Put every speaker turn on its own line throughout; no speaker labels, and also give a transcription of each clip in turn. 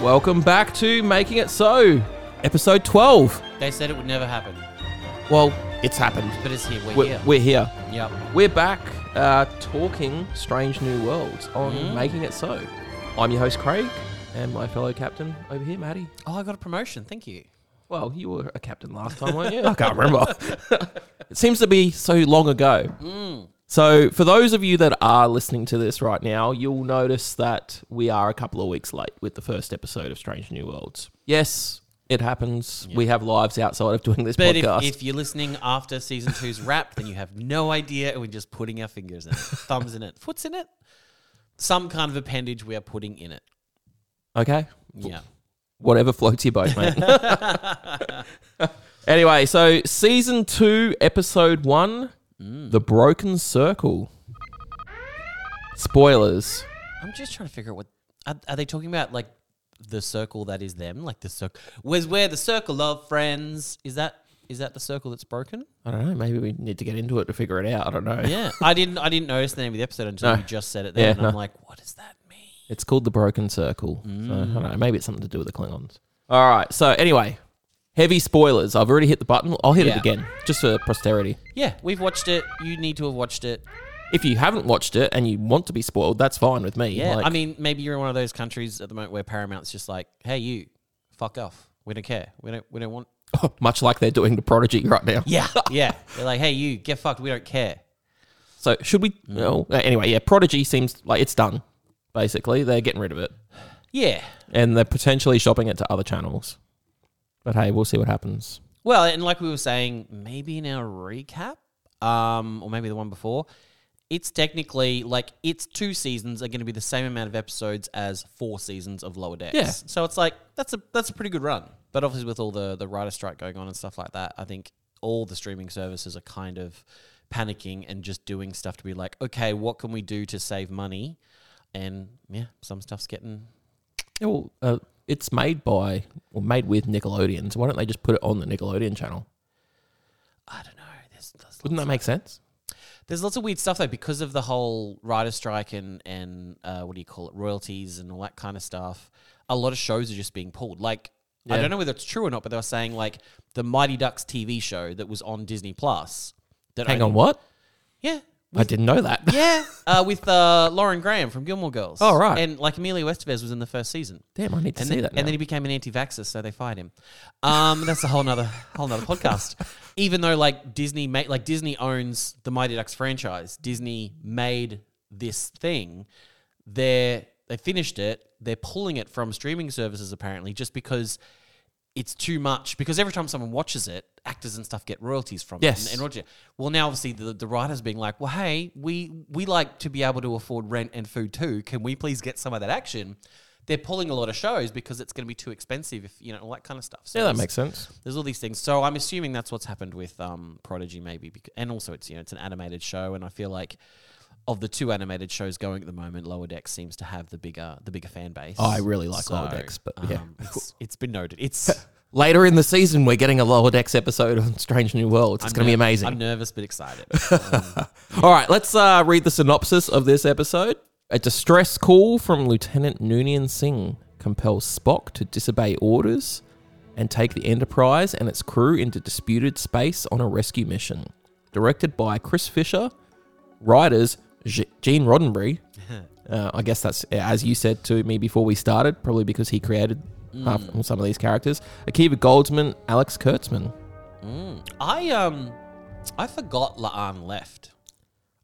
Welcome back to Making It So, episode 12.
They said it would never happen,
Well, it's happened.
but it's here. We're,
We're
here.
we're, here.
yep.
we're back uh, talking Strange New Worlds on Making It So. I'm your host, Craig, and my fellow captain over here, Maddie.
Oh, I got a promotion. Thank you.
Well, you were a captain last time, weren't you? I can't remember. it seems to be so long ago. So, for those of you that are listening to this right now, you'll notice that we are a couple of weeks late with the first episode of Strange New Worlds. Yes, it happens. We have lives outside of doing this
But if,
podcast.
if you're listening after season two's wrapped, then you have no idea, and we're just putting our fingers in it, thumbs in it, foots in it, some kind of appendage we are putting in it.
okay.
Yeah.
Whatever floats your boat, mate. anyway, so season two, episode one The Broken Circle. Spoilers.
I'm just trying to figure out what are, are they talking about? Like the circle that is them, like the circle. Where's where the circle of friends is that? Is that the circle that's broken?
I don't know. Maybe we need to get into it to figure it out. I don't know.
Yeah, I didn't. I didn't notice the name of the episode until
No.
you just said it. There,
Yeah,
and
no.
I'm like, what does that mean?
It's called the Broken Circle. So, I don't know.
Mm.
Maybe it's something to do with the Klingons. All right. So anyway, heavy spoilers. I've already hit the button. I'll hit it
Yeah.
again just for posterity.
Yeah, we've watched it. You need to have watched it.
If you haven't watched it and you want to be spoiled, that's fine with me.
Yeah,
Like,
I mean, maybe you're in one of those countries at the moment where Paramount's just like, "Hey, you, fuck off. We don't care. We don't. We don't want."
much like they're doing to Prodigy right now.
Yeah, yeah. They're like, "Hey, you, get fucked. We don't care."
So should we?
Mm.
No. Uh, Anyway, yeah. Prodigy seems like it's done. Basically, they're getting rid of it
Yeah.
and they're potentially shopping it to other channels. But hey, we'll see what happens.
Well, and like we were saying, maybe in our recap, um, or maybe the one before, it's technically like its two seasons are going to be the same amount of episodes as four seasons of Lower Decks.
Yeah.
So it's like that's a that's a pretty good run. But obviously, with all the the writer strike going on and stuff like that, I think all the streaming services are kind of panicking and just doing stuff to be like, okay, what can we do to save money? And yeah, some stuff's getting
Yeah, well, uh, it's made by or made with Nickelodeon. So why don't they just put it on the Nickelodeon channel?
I don't know. There's, there's
Wouldn't that make sense?
There's lots of weird stuff though because of the whole writer strike and and uh, what do you call it royalties and all that kind of stuff. A lot of shows are just being pulled. Like I
Yeah.
don't know whether it's true or not, but they were saying like the Mighty Ducks TV show that was on Disney Plus. That
Hang
only-
on, what?
yeah,
I didn't know that.
yeah, uh, with uh, Lauren Graham from Gilmore Girls.
Oh, right.
and like Amelia Estevez was in the first season.
Damn, I need to
And
see
then,
that. Now.
and then he became an anti-vaxxer, so they fired him. Um, that's a whole nother whole nother podcast. Even though like Disney made like Disney owns the Mighty Ducks franchise, Disney made this thing. They're they finished it. They're pulling it from streaming services apparently, just because it's too much. Because every time someone watches it, actors and stuff get royalties from
Yes.
it. And, and royalty- well, now obviously the, the writers being like, well, hey, we we like to be able to afford rent and food too. Can we please get some of that action? They're pulling a lot of shows because it's going to be too expensive. If you know all that kind of stuff. So
yeah, that
there's-
makes sense.
There's all these things. So I'm assuming that's what's happened with um, Prodigy, maybe. Because, and also, it's you know, it's an animated show, and I feel like of the two animated shows going at the moment, Lower Decks seems to have the bigger the bigger fan base.
Oh,
um,
I really like Lower Decks, but yeah.
it's, it's been noted. It's
Later in the season, we're getting a Lower Decks episode on Strange New Worlds. It's going to be amazing.
I'm nervous but excited.
All right, let's uh, read the synopsis of this episode. A distress call from Lieutenant Noonien Singh compels Spock to disobey orders and take the Enterprise and its crew into disputed space on a rescue mission. Directed by Chris Fisher, writers G- Gene Roddenberry. Uh, I guess that's as you said to me before we started, probably because he created half,
Mm.
some of these characters. Akiva Goldsman, Alex Kurtzman.
I um, I forgot Laan left.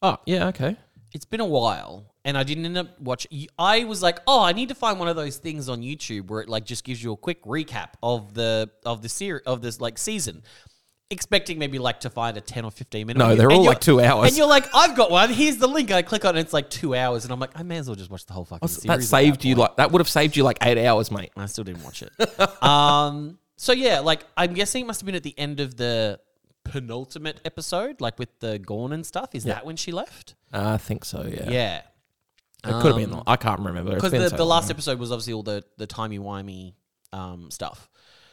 Oh, yeah, okay.
It's been a while, and I didn't end up watching. I was like, oh, I need to find one of those things on YouTube where it like just gives you a quick recap of the of the series of this like season. Expecting maybe like to find a ten or fifteen minute.
No,
one.
they're
And
all
you're-
like two hours.
And you're like, I've got one. Here's the link. And I click on it. And it's like two hours, and I'm like, I may as well just watch the whole fucking series. at
That saved you
point.
like that would have saved you like eight hours, mate.
I still didn't watch it. um, so yeah, like I'm guessing it must have been at the end of the penultimate episode, like with the Gorn and stuff. Is that when she left?
I think so. Yeah,
Yeah,
it could have been. I can't remember. It's
because
been
the,
so
the
long.
last episode was obviously all the the timey wimey um, stuff.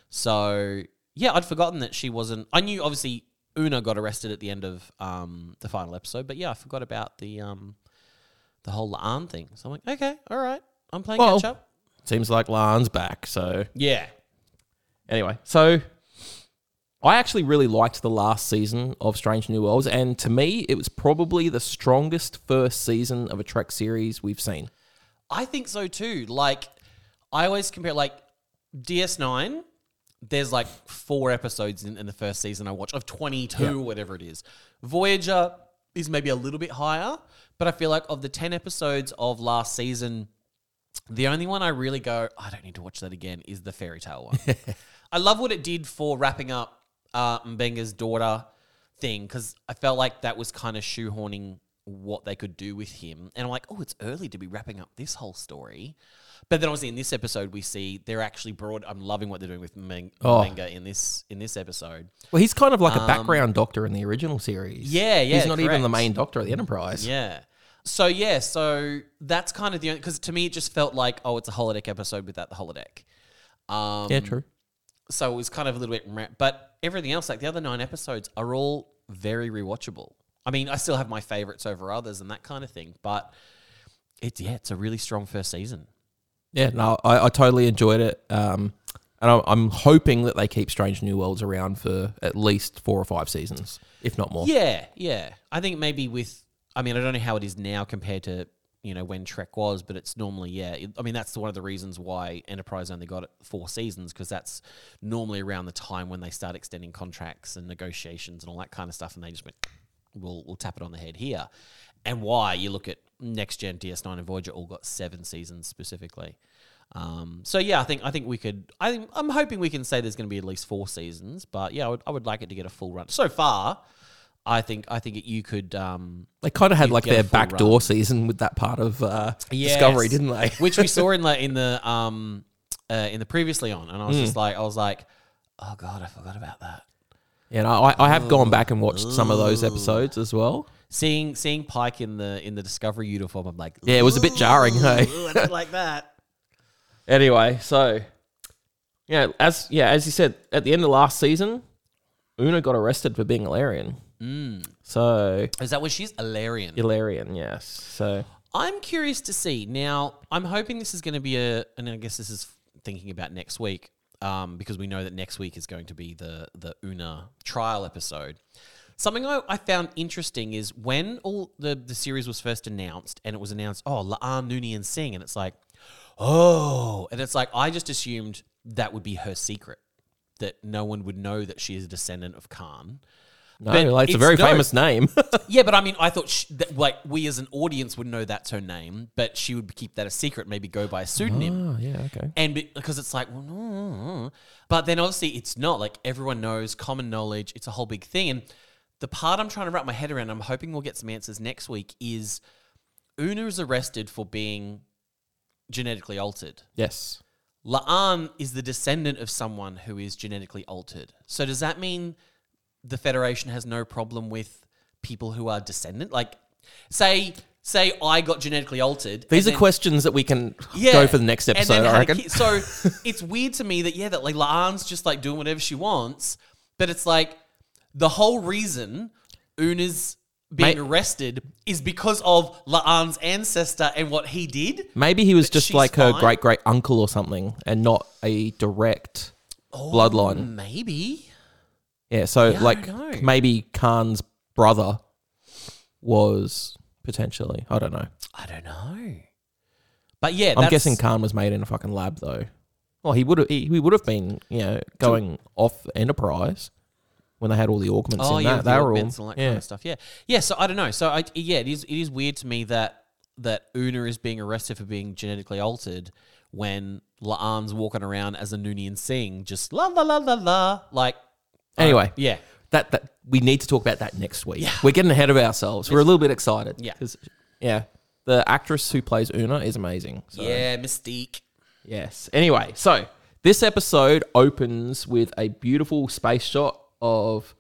So yeah, I'd forgotten that she wasn't. I knew obviously Una got arrested at the end of um, the final episode, but yeah, I forgot about the um, the whole Laan thing. So I'm like, okay, all right, I'm playing
Well,
catch up.
Seems like Lan's back. So
Yeah.
anyway, so I actually really liked the last season of Strange New Worlds, and to me, it was probably the strongest first season of a Trek series we've seen.
I think so too. Like, I always compare, like, DS9, there's like four episodes in, in the first season I watch of 22, or whatever it is. Voyager is maybe a little bit higher, but I feel like of the 10 episodes of last season, the only one I really go, "Oh, I don't need to watch that again, is the fairy tale one. I love what it did for wrapping up uh, Mbenga's daughter thing because I felt like that was kind of shoehorning what they could do with him. And I'm like, oh, it's early to be wrapping up this whole story. But then obviously in this episode we see they're actually broad. I'm loving what they're doing with Meng-
Oh.
Mbenga in this in this episode.
Well, he's kind of like a background doctor in the original series.
Um, Yeah, yeah,
he's not even the
correct.
main doctor of the Enterprise.
Yeah. So yeah, so that's kind of the only because to me it just felt like oh it's a holodeck episode without the holodeck. Um,
yeah true.
so it was kind of a little bit meh, but everything else like the other nine episodes are all very rewatchable i mean i still have my favorites over others and that kind of thing but it's yeah it's a really strong first season
Yeah, no, I, I totally enjoyed it. Um, and I'm, I'm hoping that they keep Strange New Worlds around for at least four or five seasons, if not more.
yeah yeah i think maybe with i mean i don't know how it is now compared to you know when trek was but it's normally yeah it- i mean that's one of the reasons why enterprise only got it four seasons because that's normally around the time when they start extending contracts and negotiations and all that kind of stuff and they just went we'll, we'll tap it on the head here. And why you look at next gen DS9 and Voyager all got seven seasons specifically. Um, so yeah, I think I think we could. I think, I'm hoping we can say there's going to be at least four seasons. But yeah, I would, I would like it to get a full run. So far, I think I think it, you could, um,
They kind of had like
get a
their
full
backdoor season with that part of uh, Discovery,
Yes.
didn't they?
which we saw in the in the um, uh, in the previously on, and I was just like, I was like, oh god, I forgot about that.
And I, I have gone back and watched some of those episodes as well.
Seeing seeing Pike in the in the Discovery uniform, I'm like,
Yeah, it was a bit jarring, hey.
"Ooh, I don't like that.
Anyway, so yeah, as yeah, as you said, at the end of last season, Una got arrested for being Ilarian.
Mm.
So
Is that what she's Ilarian?
Ilarian, yes. So
I'm curious to see. Now, I'm hoping this is going to be a, and I guess this is thinking about next week, um, because we know that next week is going to be the the Una trial episode. Something I, I found interesting is when all the, the series was first announced, and it was announced, oh, La'an Noonien and Singh, and it's like, oh, and it's like I just assumed that would be her secret, that no one would know that she is a descendant of Khan.
no,
But
like, it's a
it's
very
no.
famous name.
Yeah, but I mean, I thought sh that, like we as an audience would know that's her name, but she would keep that a secret, maybe go by a pseudonym,
oh, yeah, okay.
and be- because it's like, well, no. but then obviously it's not like everyone knows, common knowledge. It's a whole big thing, and the part I'm trying to wrap my head around, I'm hoping we'll get some answers next week. Is Una is arrested for being genetically altered.
Yes.
La'an is the descendant of someone who is genetically altered. So does that mean the Federation has no problem with people who are descendant? Like, say, say I got genetically altered.
These
and
are
then-
questions that we can
Yeah.
go for the next
and then
episode,
had
I
a
reckon.
kid. So it's weird to me that yeah, that like La'an's just like doing whatever she wants, but it's like the whole reason Una's
Mate.
being arrested is because of La'an's ancestor and what he did.
Maybe he was just
she's
like her
fine.
great great uncle or something and not a direct bloodline.
Maybe.
Yeah, so
I don't know.
like maybe Khan's brother was potentially. I don't know.
I don't know. But yeah,
I'm
that's-
guessing Khan was made in a fucking lab though. Well, he would have he, he would have been, you know, going off Enterprise when they had all the augments
Oh
in
yeah,
that.
with
They
the
were all
augments and all that kind of stuff. Yeah, yeah. So I don't know. So I yeah, it is it is weird to me that that Una is being arrested for being genetically altered when La'an's walking around as a Noonian Singh, just la la la la la. Like
Anyway,
yeah,
that that we need to talk about that next week. We're getting ahead of ourselves. We're a little bit excited.
Yeah.
'cause- yeah. The actress who plays Una is amazing. So.
yeah, Mystique.
Yes. Anyway, so this episode opens with a beautiful space shot of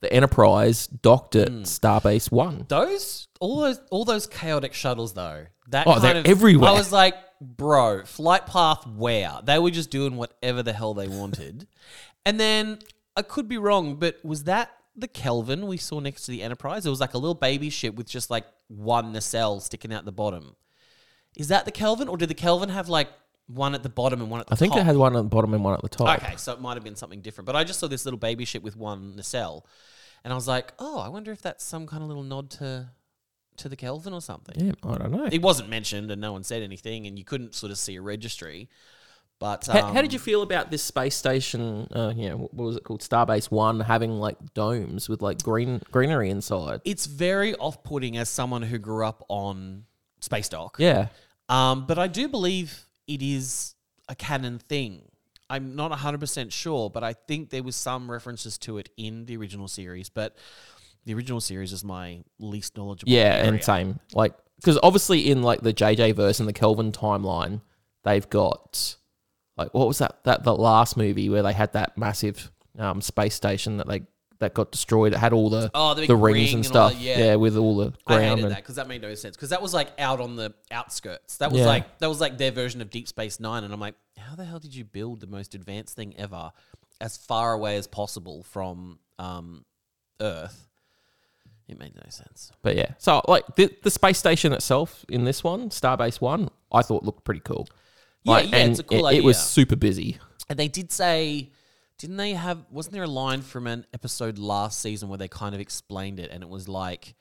the Enterprise docked at Starbase One.
Those all those all those chaotic shuttles though. That
Oh,
kind
they're
of,
everywhere.
I was like, bro, flight path where they were just doing whatever the hell they wanted, and then I could be wrong, but was that the Kelvin we saw next to the Enterprise? It was like a little baby ship with just like one nacelle sticking out the bottom. Is that the Kelvin, or did the Kelvin have like one at the bottom and one at the
I think
top.
they had one at the bottom and one at the top.
Okay, so it might have been something different. But I just saw this little baby ship with one nacelle, and I was like, oh, I wonder if that's some kind of little nod to to the Kelvin or something.
Yeah, I don't know.
It wasn't mentioned, and no one said anything, and you couldn't sort of see a registry. But
How,
um,
how did you feel about this space station? Uh, you know, what was it called? Starbase One having like domes with like green greenery inside.
It's very off-putting as someone who grew up on space dock.
Yeah,
Um, but I do believe it is a canon thing. I'm not 100% sure, but I think there was some references to it in the original series, but the original series is my least knowledgeable.
yeah,
area.
and same. Like, because obviously in like the JJ verse and the Kelvin timeline, they've got like what was that that the last movie where they had that massive um, space station that they that got destroyed. It had all the
Oh, the big
rings
ring
and
and all
stuff.
that,
yeah.
yeah.
with all the
I
ground
hated
and
that because that made no sense because that was like out on the outskirts. That was
Yeah.
like that was like their version of Deep Space Nine, and I'm like, how the hell did you build the most advanced thing ever as far away as possible from um, Earth? It made no sense.
But yeah, so like the, the space station itself in this one, Starbase One, I thought looked pretty cool.
Yeah,
Like,
yeah,
and
it's a cool
it, It was
idea.
super busy.
And they did say, didn't they have, wasn't there a line from an episode last season where they kind of explained it? And it was like,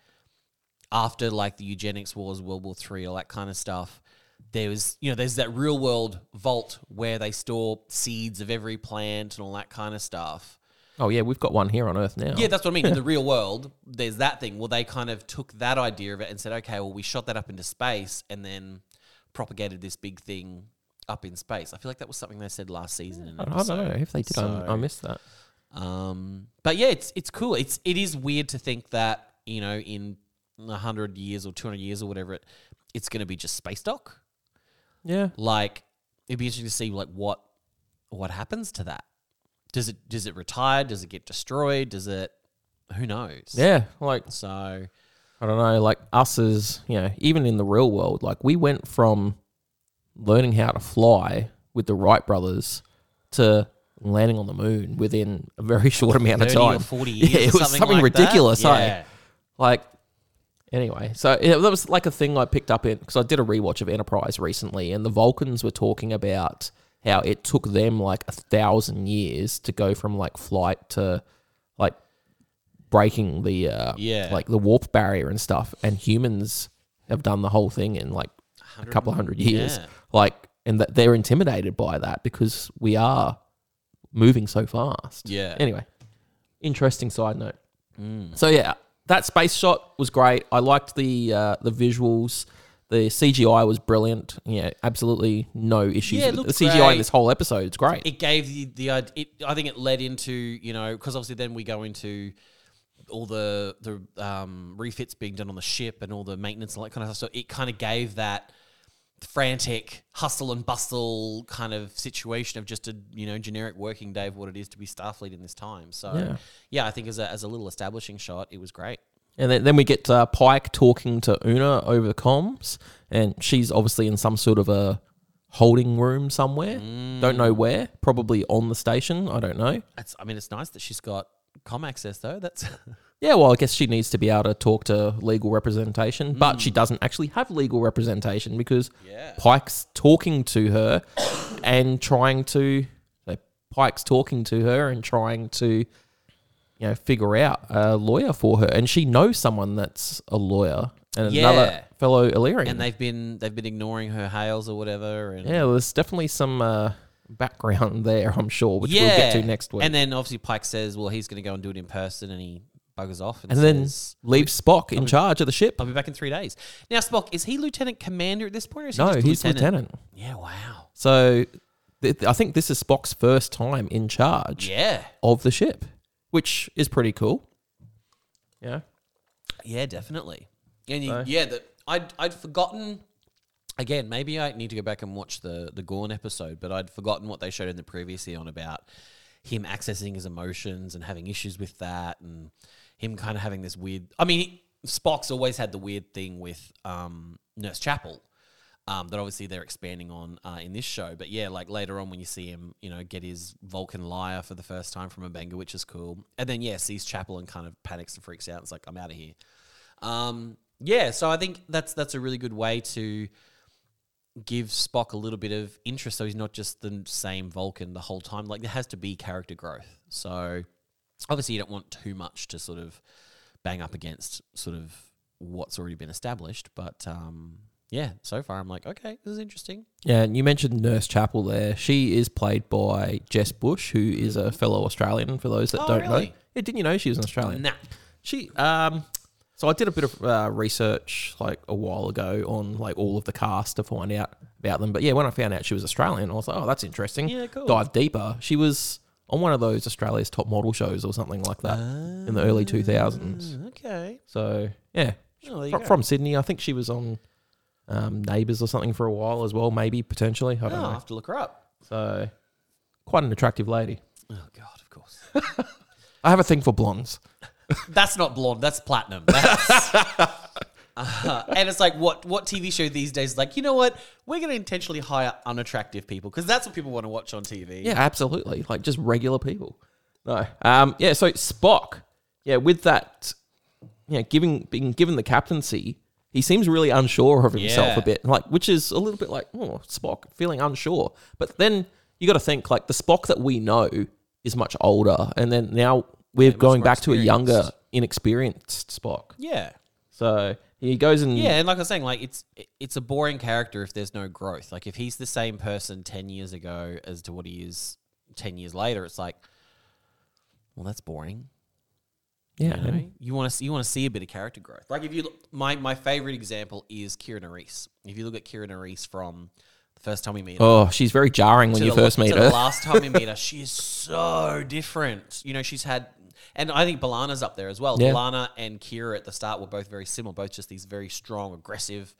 after like the eugenics wars, World War Three, all that kind of stuff, there was, you know, there's that real world vault where they store seeds of every plant and all that kind of stuff.
Oh yeah, we've got one here on Earth now.
Yeah, that's what I mean. In the real world, there's that thing. Well, they kind of took that idea of it and said, okay, well, we shot that up into space and then propagated this big thing up in space. I feel like that was something they said last season. In an
I don't
episode.
know if they did. I, I
So-
missed that.
Um, but yeah, it's it's cool. It's it is weird to think that you know in hundred years or two hundred years or whatever it, it's going to be just space dock.
Yeah,
Like it'd be interesting to see like what what happens to that. Does it does it retire? Does it get destroyed? Does it? Who knows?
yeah. Like
So
I don't know. Like us as you know, even in the real world, like we went from learning how to fly with the Wright brothers to landing on the moon within a very short amount of
thirty
time.
or forty years.
yeah, it
or
was
something
something,
like that.
ridiculous. eh?
Yeah.
Like, anyway, so yeah, that was like a thing I picked up in because I did a rewatch of Enterprise recently, and the Vulcans were talking about how it took them like a thousand years to go from like flight to like breaking the uh,
Yeah.
like the warp barrier and stuff, and humans have done the whole thing in like a couple of hundred years,
yeah.
like, and that they're intimidated by that because we are moving so fast.
Yeah.
Anyway, interesting side note. So yeah, that space shot was great. I liked the uh, the visuals. The CGI was brilliant. Yeah, absolutely no issues.
Yeah, it
with
looked
the CGI in
great.
this whole episode. It's great.
it gave the the id- it, I think it led into you know because obviously then we go into all the the um, refits being done on the ship and all the maintenance and all that kind of stuff. So it kind of gave that frantic hustle and bustle kind of situation of just a you know generic working day of what it is to be Starfleet in this time. So
Yeah.
yeah, I think as a as a little establishing shot, it was great.
And then, then we get uh, Pike talking to Una over the comms, and she's obviously in some sort of a holding room somewhere.
Mm.
Don't know where. Probably on the station. I don't know.
That's I mean it's nice that she's got com access though. That's
Yeah, well, I guess she needs to be able to talk to legal representation, but she doesn't actually have legal representation because
Hmm. Yeah.
Pike's talking to her and trying to. so Pike's talking to her and trying to, you know, figure out a lawyer for her, and she knows someone that's a lawyer and
Yeah.
another fellow Illyrian.
and they've been they've been ignoring her hails or whatever and
yeah, well, there's definitely some uh, background there, I'm sure, which we'll get to next week.
And then obviously Pike says, well, he's going to go and do it in person, and he buggers off and,
and then
says,
leave Spock in charge of the ship.
I'll be back in three days. Now, Spock, is he lieutenant commander at this point? Or is
No,
he just a
he's lieutenant.
Yeah, wow.
So th- th- I think this is Spock's first time in charge
Yeah.
of the ship, which is pretty cool. Yeah.
Yeah, definitely. And you, yeah, that I'd, I'd forgotten. Again, maybe I need to go back and watch the the Gorn episode, but I'd forgotten what they showed in the previous eon about him accessing his emotions and having issues with that, and him kind of having this weird. I mean, Spock's always had the weird thing with um, Nurse Chapel. Um, that obviously they're expanding on uh, in this show, but yeah, like later on when you see him, you know, get his Vulcan liar for the first time from a banger, which is cool, and then yeah, sees Chapel and kind of panics and freaks out. It's like I'm out of here. Um, yeah, so I think that's that's a really good way to give Spock a little bit of interest, so he's not just the same Vulcan the whole time. Like there has to be character growth. So obviously, you don't want too much to sort of bang up against sort of what's already been established. But um, yeah, so far I'm like, okay, this is interesting.
Yeah, and you mentioned Nurse Chapel there. She is played by Jess Bush, who is a fellow Australian. For those that
Oh,
don't know,
really?
yeah, didn't you know she was an Australian?
Nah,
She um so I did a bit of uh, research like a while ago on like all of the cast to find out about them. But yeah, when I found out she was Australian, I was like, oh, that's interesting.
Yeah, cool.
Dive deeper. She was on one of those Australia's top model shows or something like that in the early 2000s.
Mm, okay.
So yeah,
Oh, there you
Fro-
go.
from Sydney, I think she was on um, Neighbours or something for a while as well, maybe potentially. I don't
Oh, I
know.
have to look her up.
So quite an attractive lady.
Oh God, of course.
I have a thing for blondes.
That's not blonde. That's platinum. That's- Uh-huh. And it's like what what TV show these days is like? You know what? We're going to intentionally hire unattractive people because that's what people want to watch on TV.
Yeah, absolutely. Like just regular people. No. Um, yeah, so Spock, yeah, with that yeah, giving being given the captaincy, he seems really unsure of himself
Yeah.
a bit. Like which is a little bit like, oh, Spock feeling unsure. But then you gotta think like the Spock that we know is much older and then now we're going
more
back to a younger,
experienced.
inexperienced Spock.
yeah,
So he goes and
yeah. And like I was saying, like it's it's a boring character if there's no growth. Like if he's the same person ten years ago as to what he is ten years later, it's like, well, that's boring.
yeah,
You, know, you want to you want to see a bit of character growth. Like if you look, my my favorite example is Kira Reese. If you look at Kira Reese from the first time we meet, her,
Oh, she's very jarring when
to
you
the-
first meet
to the
her.
last time we meet her, she is so different. You know, she's had, and I think Balana's up there as well.
Yeah.
Balana and Kira at the start were both very similar, both just these very strong, aggressive,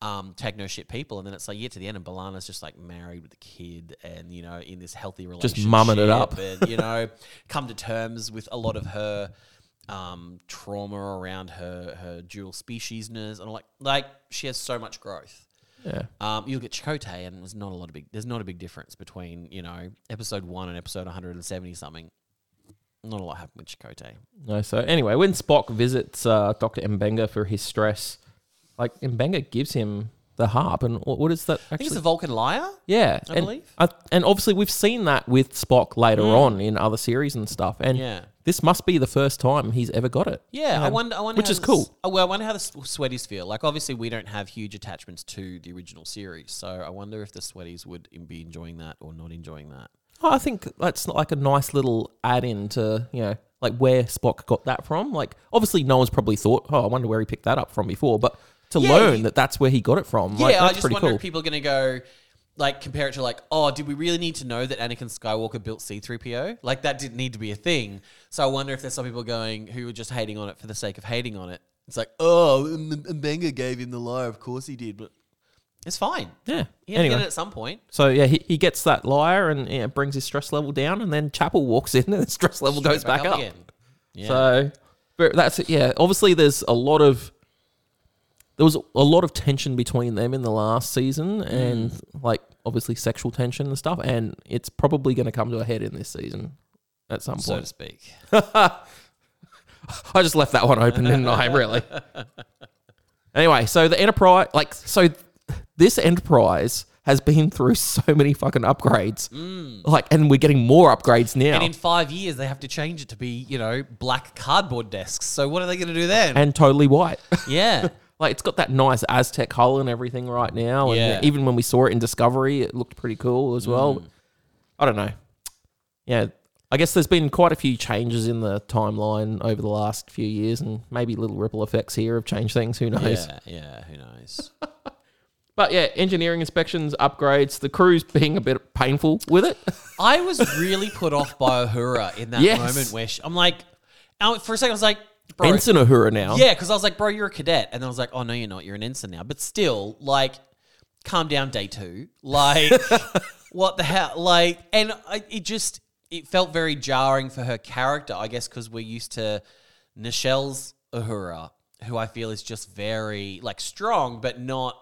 um, take no shit people. And then it's like, you get to the end, and Balana's just like married with a kid and, you know, in this healthy relationship.
mumming it up.
And, you know, come to terms with a lot of her. Um, trauma around her her dual speciesness and like like she has so much growth
yeah.
um, you look at Chakotay, and there's not a lot of big. There's not a big difference between you know episode one and episode 170 something. Not a lot happened with Chakotay.
No, so anyway, when Spock visits uh, Dr. Mbenga for his stress, like Mbenga gives him the harp, and what, what is that
I think it's
actually?
a Vulcan liar.
yeah,
I
and,
believe. Mm.
I- and obviously we've seen that with Spock later on in other series and stuff, and
Yeah.
this must be the first time he's ever got it.
Yeah, I
Um,
wonder. I wonder
which
how
is
the s-
cool.
oh, well, I wonder how the s- sweaties feel. Like, obviously, we don't have huge attachments to the original series, so I wonder if the sweaties would en- be enjoying that or not enjoying that.
Oh, I think that's not like a nice little add-in to you know like where Spock got that from. Like obviously no one's probably thought, oh, I wonder where he picked that up from before, but to
Yeah,
learn
you-
that that's where he got it from, like,
yeah, I
that's
just
pretty
wonder
cool.
if people are going to go like compare it to like, oh, did we really need to know that Anakin Skywalker built C3PO? Like that didn't need to be a thing. So I wonder if there's some people going who are just hating on it for the sake of hating on it. It's like, oh, Mbenga gave him the lie. Of course he did, but it's fine.
yeah.
He had to get it at some point.
So yeah, he, he gets that liar and yeah, brings his stress level down, and then Chapel walks in and the stress level goes back, up.
Yeah.
So but that's it. Yeah, obviously there's a lot of there was a lot of tension between them in the last season, and like obviously sexual tension and stuff, and it's probably going to come to a head in this season at some
so to
point.
speak.
I just left that one open, didn't I? Really. Anyway, so the Enterprise, like, so this Enterprise has been through so many fucking upgrades, like, and we're getting more upgrades now.
Mm. And in
And,
five years, they have to change it to be, you know, black cardboard desks. So what are they going to do then?
totally white.
yeah.
like, it's got that nice Aztec hull and everything right now. And
Yeah. Mm.
even when we saw it in Discovery, it looked pretty cool as well. I don't know. Yeah. I guess there's been quite a few changes in the timeline over the last few years, and maybe little ripple effects here have changed things. Who knows?
Yeah. Yeah. Who knows?
But yeah, engineering inspections, upgrades, the crew's being a bit painful with it.
I was really put off by Uhura in that
Yes.
moment where she, I'm like, I- for a second, I was like, bro.
Benson Uhura now.
Yeah, because I was like, bro, you're a cadet. And then I was like, oh, no, you're not. You're an ensign now. But still, like, calm down, day two. Like, what the hell? Like, and I, it just, it felt very jarring for her character, I guess, because we're used to Nichelle's Uhura, who I feel is just very, like, strong, but not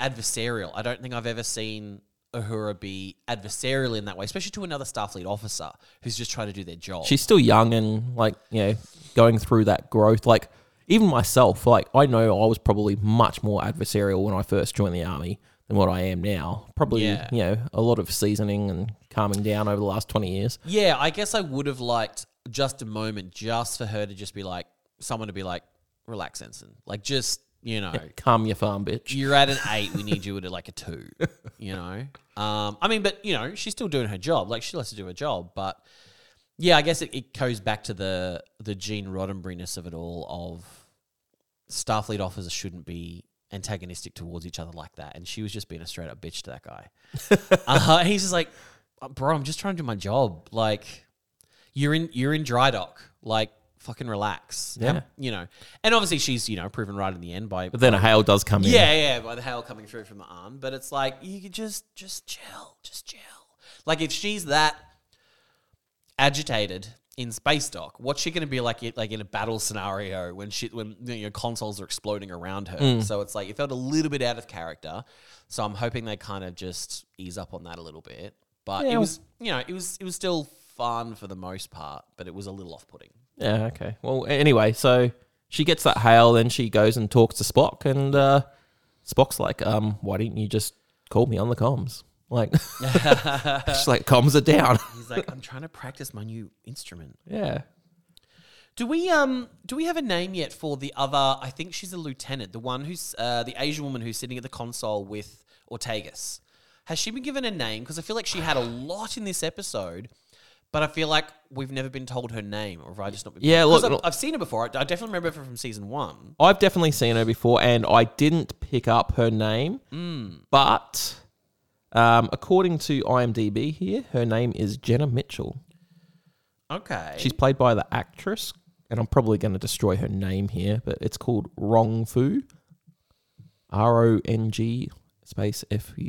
adversarial. I don't think I've ever seen Uhura be adversarial in that way, especially to another Starfleet officer who's just trying to do their job.
She's still young and like, you know, going through that growth. Like, even myself, like, I know I was probably much more adversarial when I first joined the army than what I am now. Probably,
Yeah.
you know, a lot of seasoning and calming down over the last 20 years.
Yeah, I guess I would have liked just a moment just for her to just be like, someone to be like, relax, Ensign. Like, just, you know,
Calm your farm, bitch.
you're at an eight. We need you at like a two, you know? Um, I mean, but, you know, she's still doing her job. Like, she has to do her job. But yeah, I guess it, it goes back to the, the Gene Roddenberry ness of it all of Starfleet officers shouldn't be antagonistic towards each other like that. And she was just being a straight up bitch to that guy. uh, and he's just like, "Uh, bro, I'm just trying to do my job. Like, you're in you're in dry dock. Like, fucking relax.
Yeah.
Have- you know. And obviously, she's you know proven right in the end by
But then a hail does come in.
yeah, yeah, by the hail coming through from the arm. But it's like you could just just chill, just chill. Like if she's that agitated in space dock, what's she going to be like? i- Like in a battle scenario when she when you know, consoles are exploding around her. So it's like it felt a little bit out of character. So I'm hoping they kind of just ease up on that a little bit. But
Yeah.
it was you know it was it was still fun for the most part, but it was a little off putting.
Yeah, okay. Well, a- anyway, so she gets that hail, then she goes and talks to Spock, and uh, Spock's like, um, why didn't you just call me on the comms? Like, she's like, comms are down.
He's like, I'm trying to practice my new instrument.
yeah.
Do we um do we have a name yet for the other? I think she's a lieutenant, the one who's uh, the Asian woman who's sitting at the console with Ortegas. Has she been given a name? Because I feel like she had a lot in this episode, but I feel like we've never been told her name, or have I just not? Been
Yeah,
'Cause
look-
I've, I've seen her before. I, I definitely remember her from season one.
I've definitely seen her before, and I didn't pick up her name, but um, according to IMDb here, her name is Jenna Mitchell.
Okay,
She's played by the actress, and I'm probably going to destroy her name here, but it's called Rong Fu. R O N G space F U.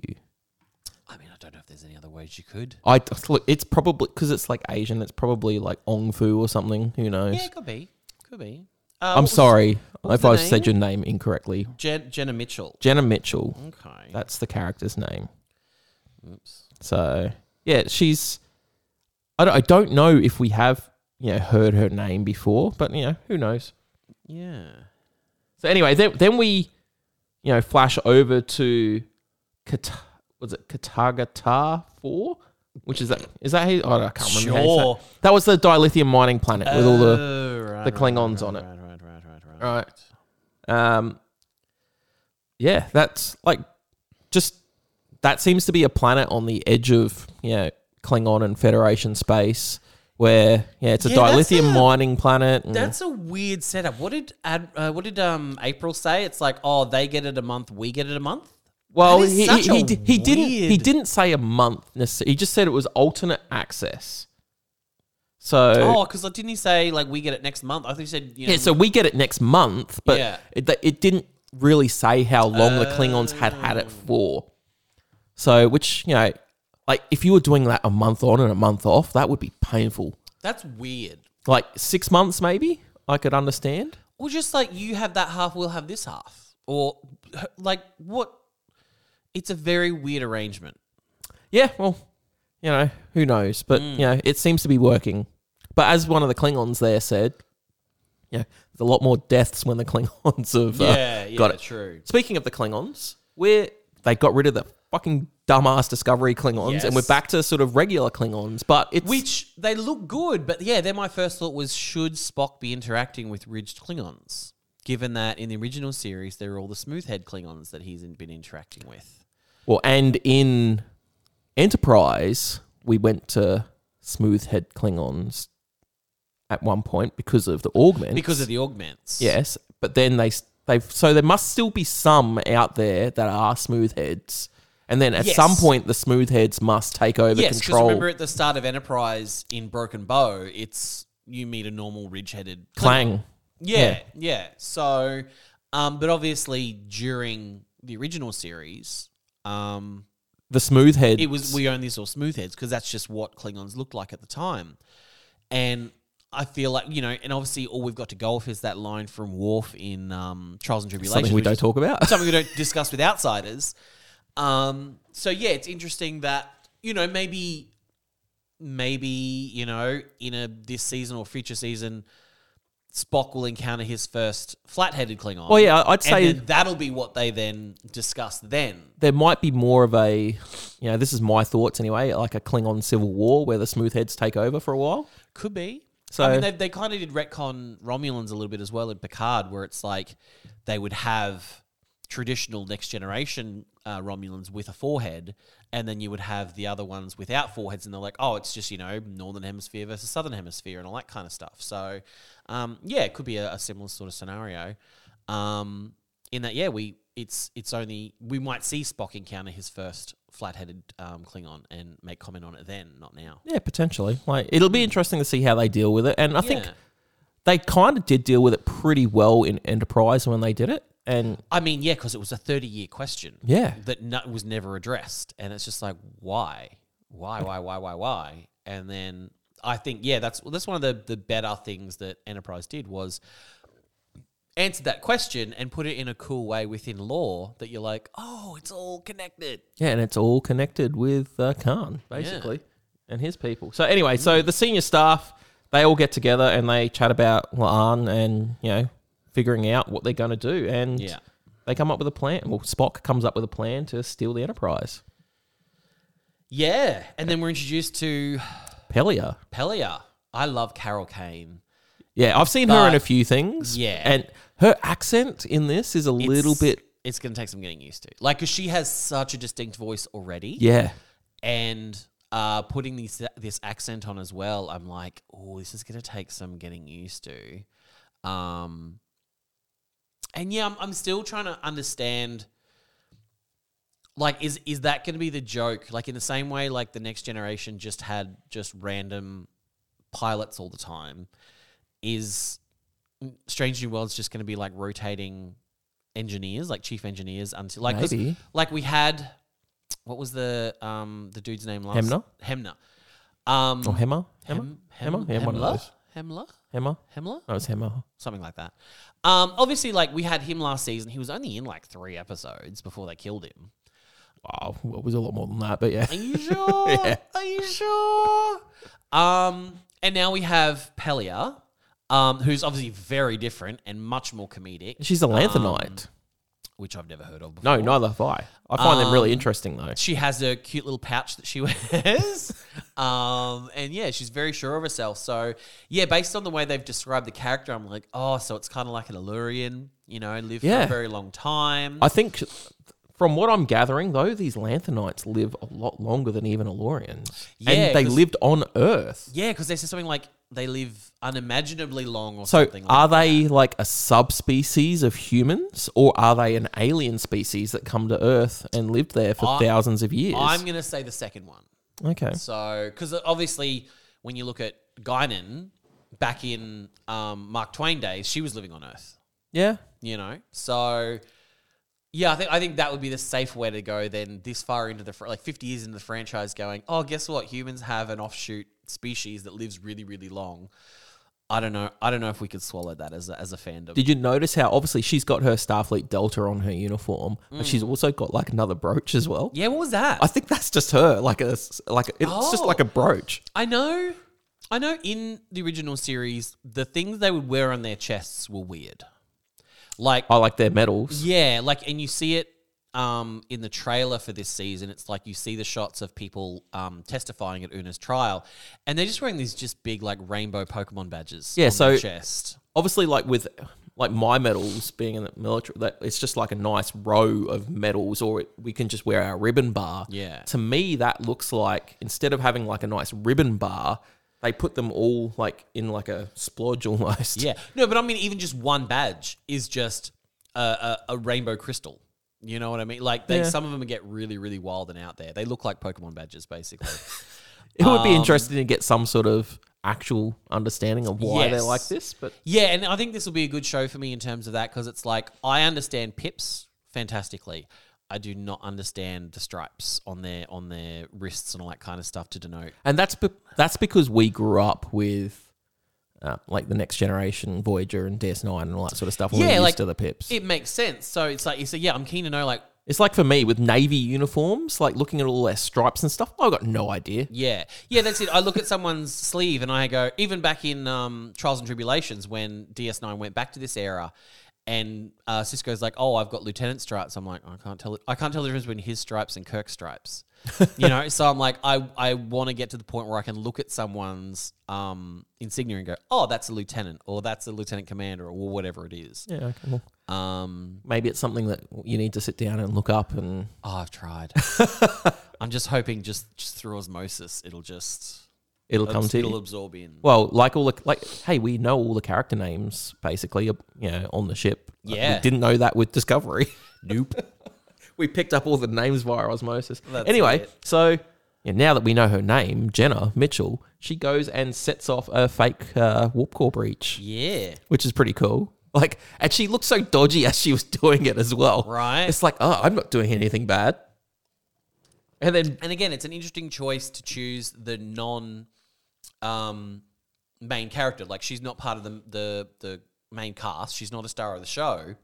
I mean, I don't know if there's any other words you could.
I look, it's probably because it's like Asian, it's probably like Ong Fu or something. Who knows?
Yeah, it could be, could be. Uh, what
I'm
was-
sorry if
the
I've said your
name?
name incorrectly.
Jen, Jenna Mitchell.
Jenna Mitchell.
Okay,
That's the character's name.
Oops.
So yeah, she's. I don't, I don't know if we have you know heard her name before, but you know who knows.
yeah,
So anyway, then then we, you know, flash over to, Kat- was it Katagata Four, which is that is that he? Oh, I can't remember. how you say it.
Sure.
That was the dilithium mining planet with all the
Oh, right,
the
right,
Klingons
right,
on it.
Right, right, right, right, right.
Right. Um, yeah, that's like just that seems to be a planet on the edge of you know Klingon and Federation space where yeah it's a
Yeah, that's
dilithium
a-
mining planet. and-
That's a weird setup. What did Ad, uh, what did um April say? It's like, oh, they get it a month, we get it a month.
well,
that is
he,
such
he,
a
he, di- he didn't he
weird-
didn't say a month necessarily. He just said it was alternate access. So
Oh, because didn't he say like we get it next month? I think he said you know,
yeah, so we get it next month, but
Yeah.
it, that- it didn't really say how long the Klingons had had it for. So, which you know, like if you were doing that a month on and a month off, that would be painful.
that's weird.
Like six months, maybe I could understand.
Or just like you have that half, we'll have this half, or like what? It's a very weird arrangement.
Yeah, well, you know, who knows? But
Mm.
you know, it seems to be working. But as one of the Klingons there said, you know, there's a lot more deaths when the Klingons have uh, got it.
true.
Speaking of the Klingons, we're they got rid of the fucking dumbass Discovery Klingons,
Yes.
and we're back to sort of regular Klingons. But it's
Which they look good, but yeah, then my first thought was should Spock be interacting with ridged Klingons? Given that in the original series they're all the smooth head Klingons that he's been interacting with.
well, and in Enterprise, we went to smooth head Klingons at one point because of the augments.
Because of the augments.
yes, but then they s- they've so there must still be some out there that are smooth heads. And then at
Yes.
some point, the smooth heads must take over
Yes, because
control.
remember at the start of Enterprise in Broken Bow, it's you meet a normal ridge headed
Clang.
Yeah, yeah. So, um, but obviously during the original series, um,
The smooth heads.
it was we only saw smooth heads because that's just what Klingons looked like at the time. And I feel like you know, and obviously all we've got to go off is that line from Worf in um, Trials and Tribulations,
something we
which
don't
is
talk about.
something we don't discuss with outsiders. Um, so yeah, it's interesting that you know maybe, maybe you know in a this season or future season, Spock will encounter his first flat-headed Klingon.
Well, yeah, I'd
and
say
then that'll be what they then discuss. Then
there might be more of a, you know, this is my thoughts anyway, like a Klingon civil war where the smooth heads take over for a while.
could be.
So-
I mean, they they kind of did retcon Romulans a little bit as well in Picard, where it's like they would have traditional next generation uh, Romulans with a forehead, and then you would have the other ones without foreheads, and they're like, oh, it's just you know northern hemisphere versus southern hemisphere and all that kind of stuff. So, um, yeah, it could be a, a similar sort of scenario. Um, in that, yeah, we it's it's only we might see Spock encounter his first flat-headed um, Klingon and make comment on it then, not now.
Yeah, potentially. Like it'll be interesting to see how they deal with it. And I think
Yeah.
they kind of did deal with it pretty well in Enterprise when they did it. And
I mean, yeah, because it was a 30 year question
yeah,
that no, was never addressed. And it's just like, why? Why, why, why, why, why? And then I think, yeah, that's that's one of the, the better things that Enterprise did was answer that question and put it in a cool way within lore that you're like, oh, it's all connected.
yeah, and it's all connected with uh, Khan basically and his people. So anyway, so the senior staff they all get together and they chat about Laan and you know figuring out what they're going to do. And
Yeah.
they come up with a plan. Well, Spock comes up with a plan to steal the Enterprise.
Yeah. And then we're introduced to
Pelia.
Pelia. I love Carol Kane.
Yeah, I've seen her in a few things.
Yeah.
and her accent in this is a little
It's-
bit.
It's going to take some getting used to. Like, because she has such a distinct voice already.
Yeah,
and uh, putting these this accent on as well, I'm like, oh, this is gonna take some getting used to. Um, and yeah, I'm, I'm still trying to understand. Like, is is that gonna be the joke? Like in the same way, like the next generation just had just random pilots all the time. Is Strange New Worlds just gonna be like rotating engineers, like chief engineers, until like 'cause,
Maybe.
like we had what was the um the dude's name last
Hemner?
Hemner. Um
or Hemmer. Hemmer.
Hem-
Hemmer?
Hem-
Yeah, one of
Hemler?
those.
Hemler?
Hemmer.
Hemler?
No, it's Hemmer.
Something like that. Um obviously like we had him last season. He was only in like three episodes before they killed him.
Wow, well, it was a lot more than that, but yeah.
Are you sure? Are you sure? Um and now we have Pelia, um, who's obviously very different and much more comedic,
She's a Lanthanite.
um, which I've never heard of before.
no, neither have I. I find
Um,
them really interesting, though.
she has a cute little pouch that she wears. um, and yeah, she's very sure of herself. So, yeah, based on the way they've described the character, I'm like, oh, so it's kind of like an Allurian, you know, live for
Yeah.
a very long time.
I think, from what I'm gathering, though, these Lanthanites live a lot longer than even Elorians.
Yeah,
and they
'cause-
lived on Earth.
yeah, because they said something like they live unimaginably long or
So,
something. Like
are they like a subspecies of humans, or are they an alien species that come to Earth and lived there for thousands of years?
I'm going to say the second one.
okay.
So, because obviously, when you look at Guinan back in um, Mark Twain days, she was living on Earth.
Yeah.
you know. So yeah, I think I think that would be the safe way to go. Then this far into the fr- like fifty years into the franchise, going, oh, guess what? Humans have an offshoot species that lives really, really long. I don't know. I don't know if we could swallow that as a, as a fandom.
Did you notice how obviously she's got her Starfleet Delta on her uniform, but she's also got like another brooch as well?
Mm. yeah, what was that?
I think that's just her, like a like a, it's just
Oh.
like a brooch.
I know. I know. In the original series, the things they would wear on their chests were weird. Like
I like their medals.
Yeah, like, and you see it um, in the trailer for this season. It's like you see the shots of people um, testifying at Una's trial, and they're just wearing these just big like rainbow Pokemon badges.
Yeah,
on
so-
their chest.
Obviously, like with like my medals being in the military, that it's just like a nice row of medals, or it, we can just wear our ribbon bar.
Yeah.
To me, that looks like instead of having like a nice ribbon bar, they put them all like in like a splodge almost.
Yeah, no, but I mean, even just one badge is just a, a, a rainbow crystal. You know what I mean? Like, they,
Yeah.
some of them get really, really wild and out there. They look like Pokemon badges, basically.
It would
Um,
be interesting to get some sort of actual understanding of why they're
Yes.
like this, but
Yeah, and I think this will be a good show for me in terms of that because it's like I understand pips fantastically. I do not understand the stripes on their on their wrists and all that kind of stuff to denote.
And that's be- that's because we grew up with uh, like the next generation Voyager and DS9 and all that sort of stuff. We're
Yeah,
used
like-
to the pips.
It makes sense. So it's like you say, yeah, I'm keen to know like
It's like for me with navy uniforms, like looking at all their stripes and stuff. I've got no idea.
Yeah, yeah, that's it. I look at someone's sleeve and I go, even back in um, Trials and Tribulations when DS9 went back to this era, and uh, Cisco's like, "Oh, I've got Lieutenant stripes." I'm like, I can't tell. It. I can't tell the difference between his stripes and Kirk's stripes. you know, so I'm like, I I want to get to the point where I can look at someone's um, insignia and go, "Oh, that's a lieutenant," or "That's a lieutenant commander," or whatever it is.
Yeah, okay, well,
Um,
maybe it's something that you need to sit down and look up and
oh, I've tried. I'm just hoping, just just through osmosis, it'll just
it'll come to
it'll
you.
absorb in.
Well, like all the like, hey, we know all the character names basically, you know, on the ship. Like,
Yeah.
we didn't know that with Discovery. Nope. we picked up all the names via osmosis.
That's
anyway,
it.
so yeah, now that we know her name, Jenna Mitchell, she goes and sets off a fake uh, warp core breach.
yeah.
which is pretty cool. Like, and she looked so dodgy as she was doing it as well.
Right.
It's like, oh, I'm not doing anything bad. And then,
And again, it's an interesting choice to choose the non um, main character. Like she's not part of the, the the main cast. She's not a star of the show.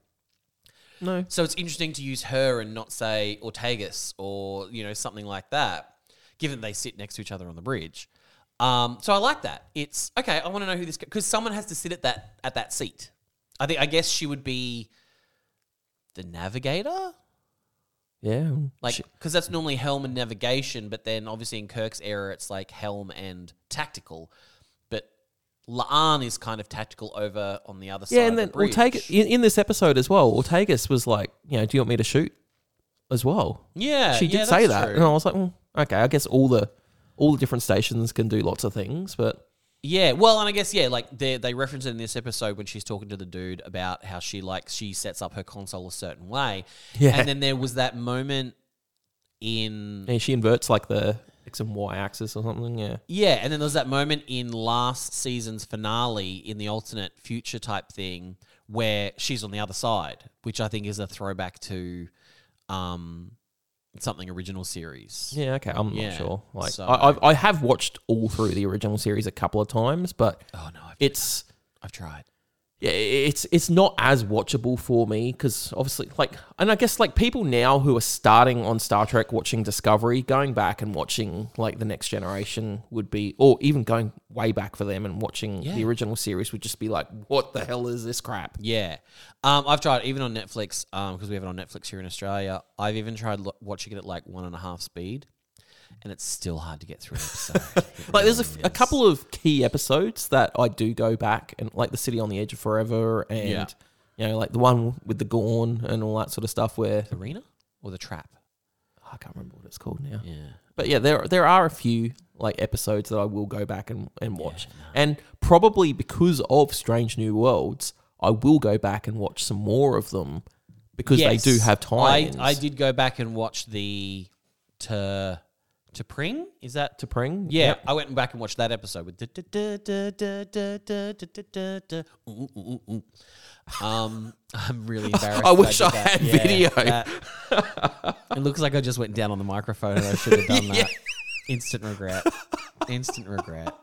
no.
So it's interesting to use her and not say Ortegas or you know something like that, given they sit next to each other on the bridge. Um, so I like that. It's okay. I want to know who this because someone has to sit at that at that seat. I think I guess she would be the navigator.
Yeah.
Like, because that's normally helm and navigation, but then obviously in Kirk's era, it's like helm and tactical. But Laan is kind of tactical over on the other side.
yeah, and
of
then
the bridge.
Ortegas, in, in this episode as well, Ortegas was like, you know, do you want me to shoot as well?
Yeah,
She did
yeah,
say
that's
that.
true.
And I was like, well, okay, I guess all the all the different stations can do lots of things, but
Yeah, well, and I guess yeah, like they they reference it in this episode when she's talking to the dude about how she like she sets up her console a certain way.
Yeah.
and then there was that moment in
and she inverts like the X and Y axis or something. Yeah.
Yeah, and then there was that moment in last season's finale in the alternate future type thing where she's on the other side, which I think is a throwback to um, something original series.
Yeah, okay, I'm
Yeah,
not sure. Like,
so-
I, I've, I have watched all through the original series a couple of times, but
Oh no, I've,
it's
I've tried.
yeah, it's it's not as watchable for me because obviously, like, and I guess like people now who are starting on Star Trek, watching Discovery, going back and watching like the Next Generation would be, or even going way back for them and watching the
Yeah.
original series would just be like, what the hell is this crap?
Yeah, um, I've tried even on Netflix because we have it on Netflix here in Australia. I've even tried lo- watching it at like one and a half speed, and it's still hard to get through. An episode. It
Like, there's a,
really
f- a
is.
couple of key episodes that I do go back and like the City on the Edge of Forever and.
Yeah.
You know, like the one with the Gorn and all that sort of stuff, where
arena or the trap.
I can't remember what it's called now.
Yeah.
But yeah, there there are a few like episodes that I will go back and, and watch. And probably because of Strange New Worlds, I will go back and watch some more of them because they do
Yes.
have
I,
tie-ins.
I did go back and watch the to to Pring. Is that
to Pring.
yeah? I went back and watched that episode with. da- da- da- da- da- da- da- da- da- da- ooh, ooh, ooh, ooh. Um, I'm really embarrassed. that
wish
did
I
that.
had video.
that. it looks like I just went down on the microphone and I should have done that. Instant regret. Instant regret.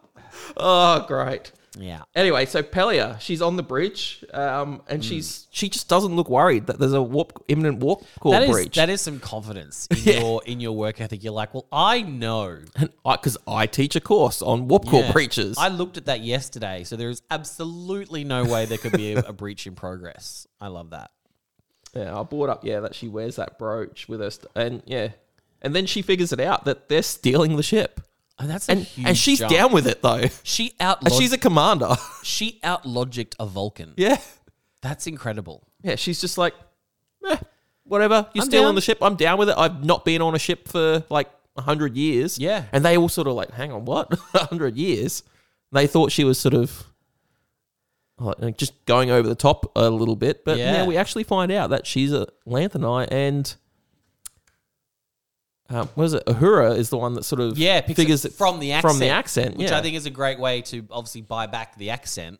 Oh, great.
Yeah.
Anyway, so Pelia, she's on the bridge, um, and she's she just doesn't look worried that there's a warp imminent warp core
That is,
breach.
that is some confidence in your in your work ethic. You're like, well, I know
because I, teach a course on warp core
Yeah.
breaches.
I looked at that yesterday, so there is absolutely no way there could be a, a breach in progress. I love that.
Yeah, I brought up yeah that she wears that brooch with her, st- and yeah, and then she figures it out that they're stealing the ship,
And Oh, that's
and and she's down with it though.
She
And
outlog-
she's a commander.
she outlogicked a Vulcan.
yeah,
That's incredible.
yeah. She's just like, eh, whatever. You're
I'm
stealing
down.
the ship. I'm down with it. I've not been on a ship for like hundred years.
Yeah.
and they all sort of like, hang on, what? hundred years? They thought she was sort of. Like just going over the top a little bit, but
Yeah.
now we actually find out that she's a Lanthanite and um, what is it? Ahura is the one that sort of
Yeah, picks
figures
it
it
from the accent,
from the accent,
which
yeah.
I think is a great way to obviously buy back the accent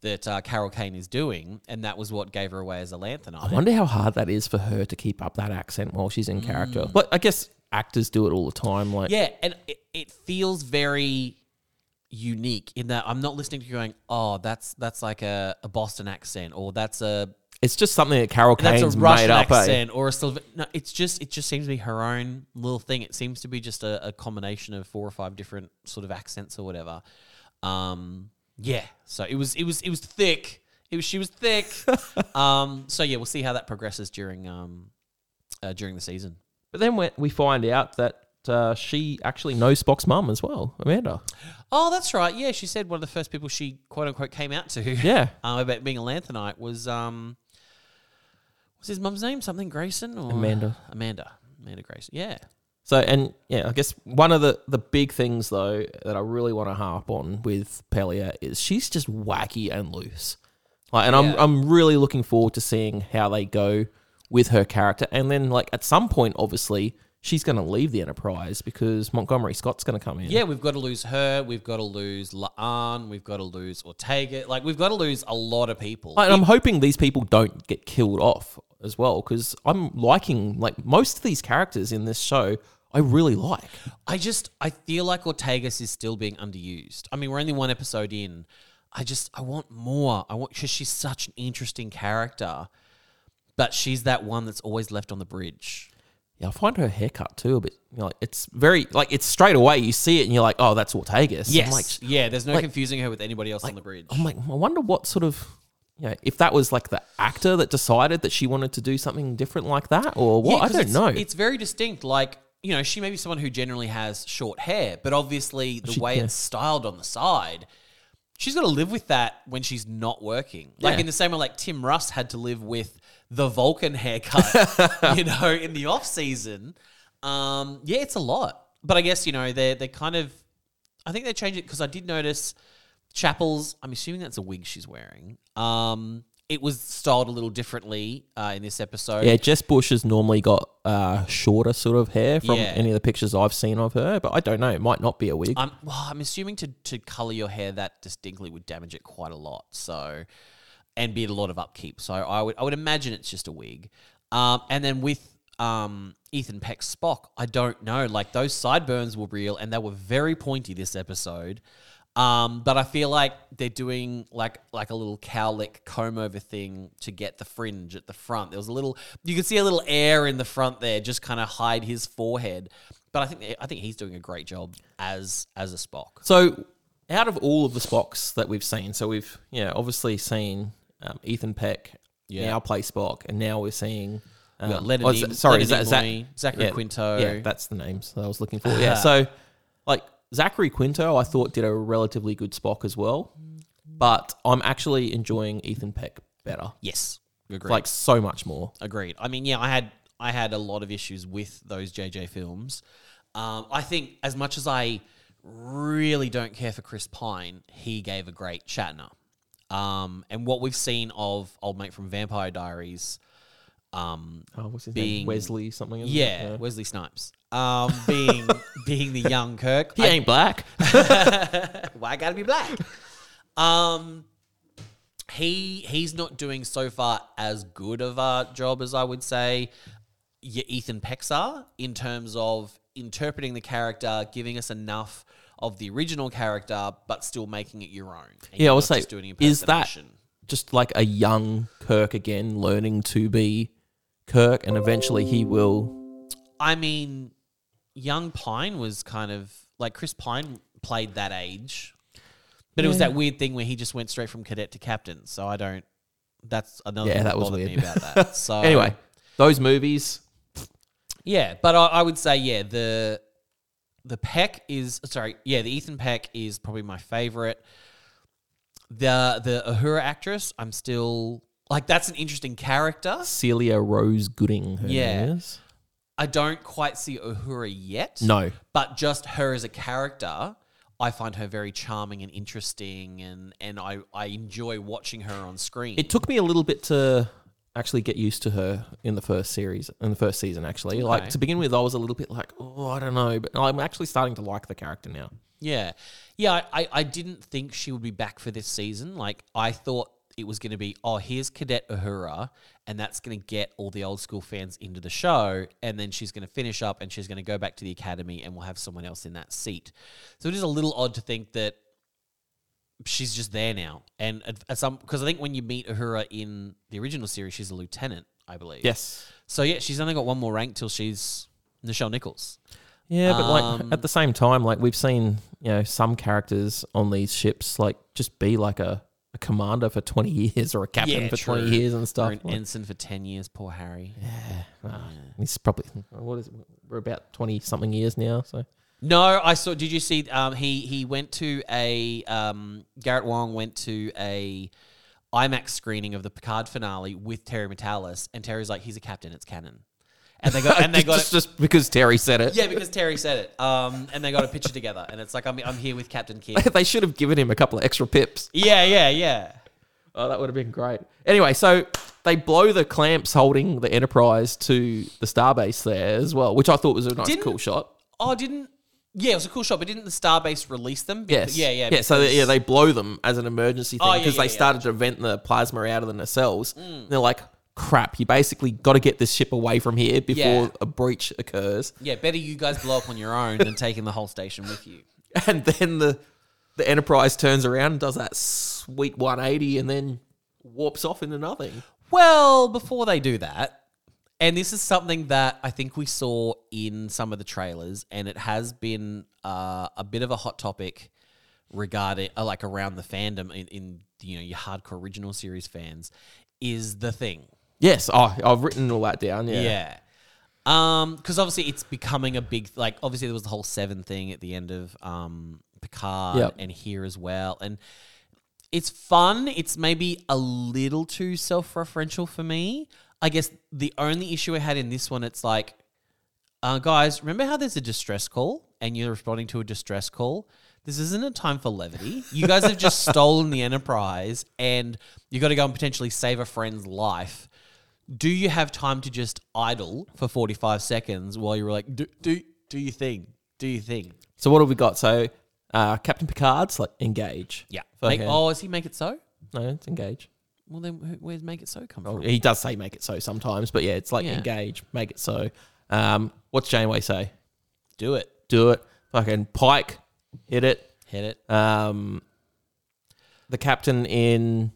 that uh, Carol Kane is doing, and that was what gave her away as a
I
Lanthanite.
wonder how hard that is for her to keep up that accent while she's in character. But I guess actors do it all the time. Like,
Mm. Yeah, and it, it feels very unique in that I'm not listening to you going, oh, that's that's like a, a Boston accent, or that's a
It's just something that Carol
And
Kane's
that's a Russian
made up. eh?
accent or a Sylv- No, it's just it just seems to be her own little thing. It seems to be just a, a combination of four or five different sort of accents or whatever. Um, yeah. So it was it was it was thick. It was she was thick. um, so yeah, we'll see how that progresses during um, uh, during the season.
But then when we find out that uh, she actually knows Spock's mum as well, Amanda.
Oh, that's right. Yeah, she said one of the first people she quote unquote came out to
Yeah.
um, about being a Lanthanite was um, was his mum's name something Grayson or
Amanda.
Amanda Amanda Grayson. Yeah.
So and yeah, I guess one of the the big things though that I really want to harp on with Pelia is she's just wacky and loose. Like, and I'm
Yeah.
I'm really looking forward to seeing how they go with her character. And then like at some point, obviously, she's going to leave the Enterprise because Montgomery Scott's going to come in.
Yeah, we've got to lose her. We've got to lose Laan. We've got to lose Ortega. Like, we've got to lose a lot of people.
and I'm hoping these people don't get killed off as well because I'm liking like most of these characters in this show. I really like.
I just, I feel like Ortegas is still being underused. I mean, we're only one episode in. I just, I want more. I want, because she's such an interesting character, but she's that one that's always left on the bridge.
Yeah, I find her haircut too a bit. You know, like it's very like it's straight away. You see it and you're like, oh, that's Ortega's. I'm like,
Yes. yeah, there's no confusing her with anybody else on the bridge.
I'm like, oh I wonder what sort of, you know, if that was like the actor that decided that she wanted to do something different like that or what?
Yeah,
I
'cause
don't
it's-
know.
It's very distinct. Like, you know, she may be someone who generally has short hair, but obviously the way
yeah.
it's styled on the side, she's got to live with that when she's not working. Like
Yeah.
in the same way, like Tim Russ had to live with the Vulcan haircut, you know, in the off season. Um, yeah, it's a lot. But I guess you know they're they're kind of. I think they changed it because I did notice Chapel's. I'm assuming that's a wig she's wearing. Um, it was styled a little differently uh, in this episode.
yeah, Jess Bush has normally got uh, shorter sort of hair from
Yeah.
any of the pictures I've seen of her, but I don't know. It might not be a wig.
I'm well, I'm assuming to to color your hair that distinctly would damage it quite a lot. So, and be a lot of upkeep. So I would I would imagine it's just a wig. Um, and then with um Ethan Peck's Spock, I don't know. Like those sideburns were real and they were very pointy this episode. Um, but I feel like they're doing like like a little cowlick comb over thing to get the fringe at the front. There was a little you could see a little air in the front there, just kind of hide his forehead. But I think I think he's doing a great job as as a Spock.
So, out of all of the Spocks that we've seen, so we've yeah obviously seen um, Ethan Peck
Yeah.
now play Spock, and now we're seeing um,
got Leonard
oh, is
Nimoy-
that- sorry, is that,
Leonard
is that-
Nimoy, Zachary
yeah,
Quinto.
Yeah, that's the names that I was looking for. Yeah, so like Zachary Quinto, I thought did a relatively good Spock as well, but I'm actually enjoying Ethan Peck better,
Yes, agreed.
like so much more.
agreed. I mean, yeah, I had I had a lot of issues with those JJ films. Um, I think as much as I really don't care for Chris Pine, he gave a great Shatner. Um, and what we've seen of old mate from Vampire Diaries, um,
Oh, what's his
Being-
name? Wesley something. isn't it?
yeah, Wesley Snipes, um, being being the young Kirk,
he ain't black.
why I gotta be black? um, he he's not doing so far as good of a job as I would say your Ethan Pecks are in terms of interpreting the character, giving us enough of the original character, but still making it your own. And
Yeah, I
you're
would
not
say,
just doing an
is that
impersonation.
just like a young Kirk again, learning to be Kirk, and eventually he will.
I mean, young Pine was kind of like Chris Pine played that age, but it was that weird thing where he just went straight from cadet to captain. So I don't. That's another
Yeah,
thing
that
that
was
bothered me
weird.
about that. So
Anyway, those movies.
yeah, but I, I would say yeah the the Peck is sorry yeah the Ethan Peck is probably my favorite. The the Uhura actress I'm still like that's an interesting character.
Celia Rose Gooding. Her
Yeah.
name is.
I don't quite see Uhura yet.
No.
But just her as a character, I find her very charming and interesting and, and I, I enjoy watching her on screen.
It took me a little bit to actually get used to her in the first series, in the first season, actually. Like,
Okay.
to begin with, I was a little bit like, oh, I don't know. But I'm actually starting to like the character now.
yeah. Yeah, I, I, I didn't think she would be back for this season. Like I thought it was gonna be, oh, here's Cadet Uhura, and that's gonna get all the old school fans into the show, and then she's gonna finish up and she's gonna go back to the academy and we'll have someone else in that seat. So it is a little odd to think that she's just there now. And at, at some because I think when you meet Uhura in the original series, she's a lieutenant, I believe.
Yes.
So yeah, she's only got one more rank till she's Nichelle Nichols.
Yeah, but
Um,
like at the same time, like we've seen, you know, some characters on these ships like just be like a, a commander for twenty years or a captain
Yeah,
for
true.
twenty years and
Or
stuff.
an
Like,
ensign for ten years, poor Harry.
ah, It's probably what is it? we're about twenty something years now, so
No, I saw. Did you see? Um, he he went to a um, Garrett Wong went to a IMAX screening of the Picard finale with Terry Metalis, and Terry's like, he's a captain. It's canon. And they got and they got
just,
it.
just because Terry said it.
Yeah, because Terry said it. Um, and they got a picture together, and it's like I'm I'm here with Captain Kidd.
they should have given him a couple of extra pips.
Yeah, yeah, yeah.
Oh, that would have been great. Anyway, so they blow the clamps holding the Enterprise to the starbase there as well, which I thought was a nice,
Didn't-
cool shot.
Oh, didn't. Yeah, it was a cool shot, but didn't the Starbase release them?
Yes.
Yeah, yeah.
Yeah, so they,
because-
yeah, they blow them as an emergency thing
Oh,
because
yeah, yeah,
they
yeah. Mm.
started to vent the plasma out of the nacelles. And they're like, crap, you basically got to get this ship away from here before
Yeah.
a breach occurs.
yeah, better you guys blow up on your own than taking the whole station with you.
And then the the Enterprise turns around and does that sweet 180 and then warps off into nothing.
Well, before they do that, and this is something that I think we saw in some of the trailers, and it has been uh, a bit of a hot topic regarding, uh, like, around the fandom in, in you know your hardcore original series fans, is the thing.
Yes, oh, I've written all that down. Yeah.
Yeah. Um, because obviously it's becoming a big like obviously there was the whole seven thing at the end of um Picard
Yep.
and here as well. And it's fun. It's maybe a little too self-referential for me. I guess the only issue I had in this one, it's like, uh, guys, remember how there's a distress call and you're responding to a distress call? This isn't a time for levity. You guys have just stolen the Enterprise and you got to go and potentially save a friend's life. Do you have time to just idle for 45 seconds while you're like, do, do, do your thing? Do your thing.
So what have we got? So uh, Captain Picard's like engage.
Yeah.
For
Make,
him.
oh, is he make it so?
No, it's engage.
Well, then who- where's make it so come from?
He does say make it so sometimes, but yeah, it's like
Yeah.
engage, make it so. Um, what's Janeway say?
Do it.
Do it. Fucking Pike, hit it.
Hit it.
Um, the captain in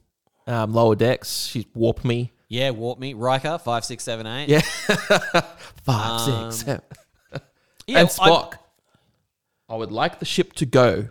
um, lower decks, she's warp me.
Yeah, warp me. Riker, five, six, seven, eight.
Yeah. Five, six, seven.
Um, Yeah,
and
I-
Spock. I would like the ship to go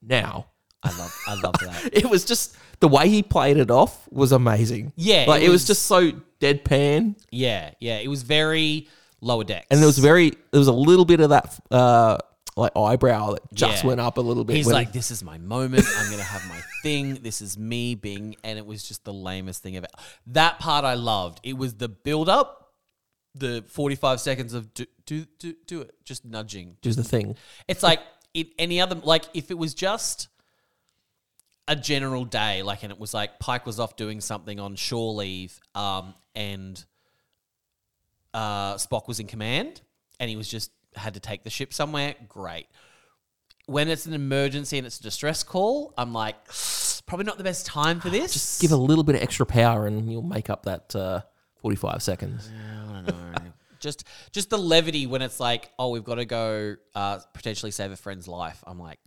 now.
I, love, I love that.
It was just the way he played it off was amazing.
Yeah,
Like
it
it was
was-
just so deadpan.
Yeah, yeah. It was very lower decks,
and there was very there was a little bit of that uh like eyebrow that just
Yeah.
went up a little bit
He's
when-
like, "This is my moment. I'm gonna have my thing. This is me being." And it was just the lamest thing ever. That part I loved. It was the build up, the 45 seconds of do do do, do it, just nudging.
do the thing
It's like it, any other like if it was just a general day, like and it was like Pike was off doing something on shore leave, um, and uh, Spock was in command, and he was just had to take the ship somewhere. Great. When it's an emergency and it's a distress call, I'm like, probably not the best time for this.
just give a little bit of extra power and you'll make up that uh 45 seconds
just just the levity when it's like, oh, we've got to go uh, potentially save a friend's life. I'm like,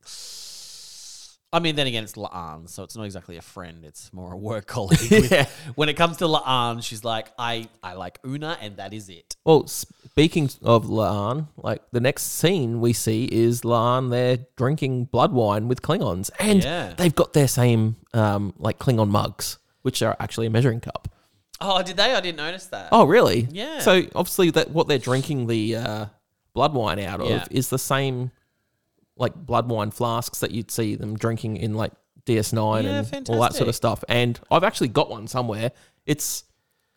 I mean, then again, it's Laan, so it's not exactly a friend; it's more a work colleague. with-
Yeah.
When it comes to Laan, she's like, I I like Una, and that is it.
well speaking of laan like the next scene we see is laan there drinking blood wine with klingons and
Yeah.
they've got their same um like klingon mugs which are actually a measuring cup
Oh, did they? I didn't notice that.
Oh, really?
Yeah.
So obviously, that what they're drinking the uh, blood wine out of
Yeah.
is the same, like blood wine flasks that you'd see them drinking in like DS9 and
Yeah,
all that sort
fantastic.
of stuff. And I've actually got one somewhere. It's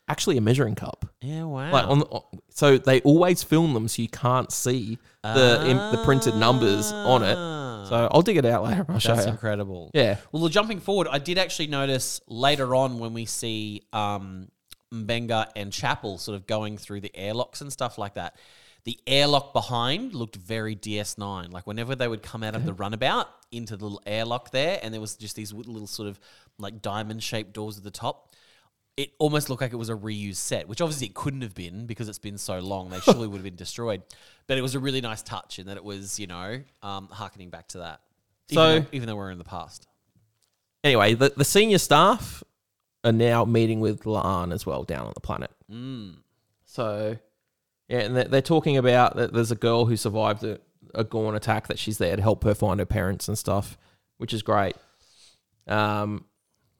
actually a measuring cup.
yeah, wow.
Like on, the- so they always film them so you can't see the in, the printed numbers on it.
Ah.
So I'll dig it out later. I'll show
That's
you.
incredible.
oh, Yeah.
Well, jumping forward, I did actually notice later on when we see um, Mbenga and Chapel sort of going through the airlocks and stuff like that. The airlock behind looked very DS9. Like whenever they would come out of the runabout into the little airlock there, and there was just these w- little sort of like diamond shaped doors at the top. It almost looked like it was a reused set, which obviously it couldn't have been because it's been so long. They surely would have been destroyed. But it was a really nice touch in that it was, you know, um, harkening back to that.
So-
even though, even though we're in the past,
Anyway, the, the senior staff are now meeting with Laan as well down on the planet.
mm.
So, yeah, and they're, they're talking about that there's a girl who survived a, a Gorn attack that she's there to help her find her parents and stuff, which is great. Um,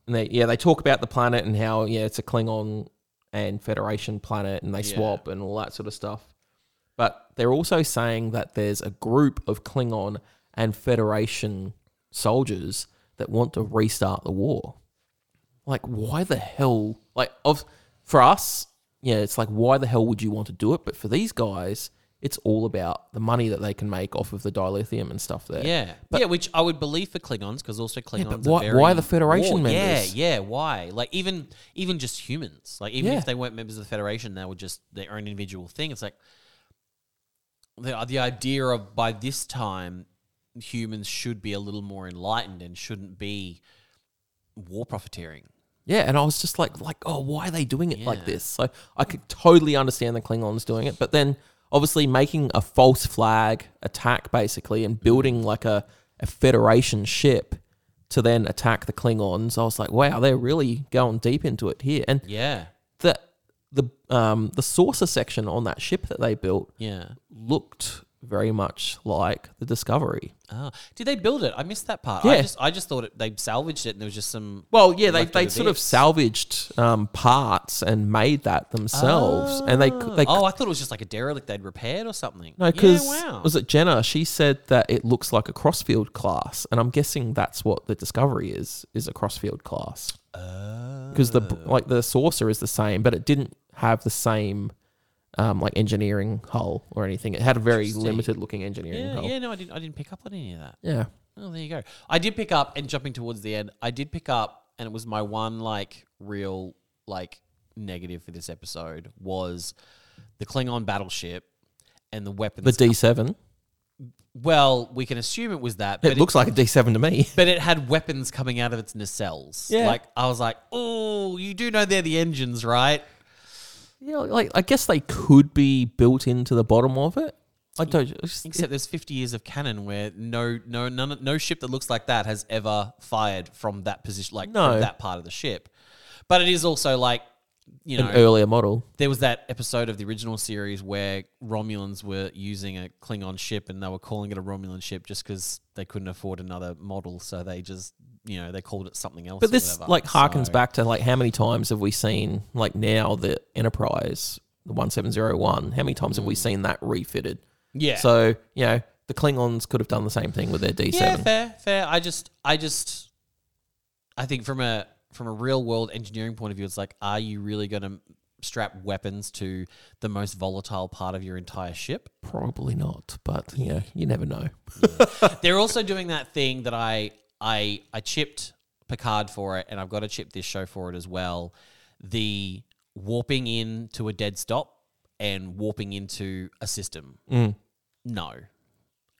and they yeah they talk about the planet and how yeah it's a Klingon and Federation planet and they
Yeah.
swap and all that sort of stuff. But they're also saying that there's a group of Klingon and Federation soldiers that want to restart the war. Like, why the hell? Like, of for us, yeah, it's like, why the hell would you want to do it? But for these guys, it's all about the money that they can make off of the dilithium and stuff there.
yeah, yeah, which I would believe for Klingons because also Klingons.
but
are
why-
very
why the Federation
war-
members?
Yeah, yeah, why? Like even even just humans. Like even
Yeah.
if they weren't members of the Federation, they were just their own individual thing. It's like the the idea of by this time humans should be a little more enlightened and shouldn't be war profiteering.
Yeah, and I was just like, like, oh, why are they doing it like
Yeah.
this? So I could totally understand the Klingons doing it, but then obviously making a false flag attack basically and building like a, a Federation ship to then attack the Klingons. I was like, wow, they're really going deep into it here. And
Yeah,
the the um the saucer section on that ship that they built
yeah.
looked very much like the Discovery.
Oh, did they build it? I missed that part.
Yeah.
I just I just thought it, they salvaged it and there was just some
Well, yeah, they, they
Leftover
sort of
bits.
salvaged um, parts and made that themselves, and they c- they
oh, I thought it was just like a derelict they'd repaired or something.
No, because
yeah, wow.
was it Jenna? She said that it looks like a crossfield class, and I'm guessing that's what the discovery is is a crossfield class
Oh.
because the br- like the saucer is the same, but it didn't have the same um, like engineering hull or anything. It had a very
Interesting.
limited looking engineering
yeah,
hull. Yeah.
yeah, no, I didn't. I didn't pick up on any of that. Oh, there you go. I did pick up, and jumping towards the end, I did pick up, and it was my one like real like negative for this episode was the Klingon battleship and the weapons.
the D7.
well, we can assume it was that, but
It looks like a D7 to me.
but it had weapons coming out of its nacelles.
Yeah.
like I was like, oh, you do know they're the engines, right?
yeah, like I guess they could be built into the bottom of it. I don't.
Except there's 50 years of canon where no no none, no ship that looks like that has ever fired from that position, like
No.
from that part of the ship. But it is also like, you
an
know,
earlier model.
there was that episode of the original series where Romulans were using a Klingon ship and they were calling it a Romulan ship just because they couldn't afford another model, so they just you know they called it something else.
But
or
this
whatever.
like harkens
So-
back to like how many times have we seen like now the Enterprise, the one seven zero one, how many times have we seen that refitted?
yeah.
So, you know, the Klingons could have done the same thing with their D
Yeah,
seven.
fair, fair. I just, I just, I think from a from a real world engineering point of view, it's like, are you really going to strap weapons to the most volatile part of your entire ship?
Probably not, but you know, you never know.
They're also doing that thing that I, I, I chipped Picard for it, and I've got to chip this show for it as well. The warping in to a dead stop and warping into a system. No,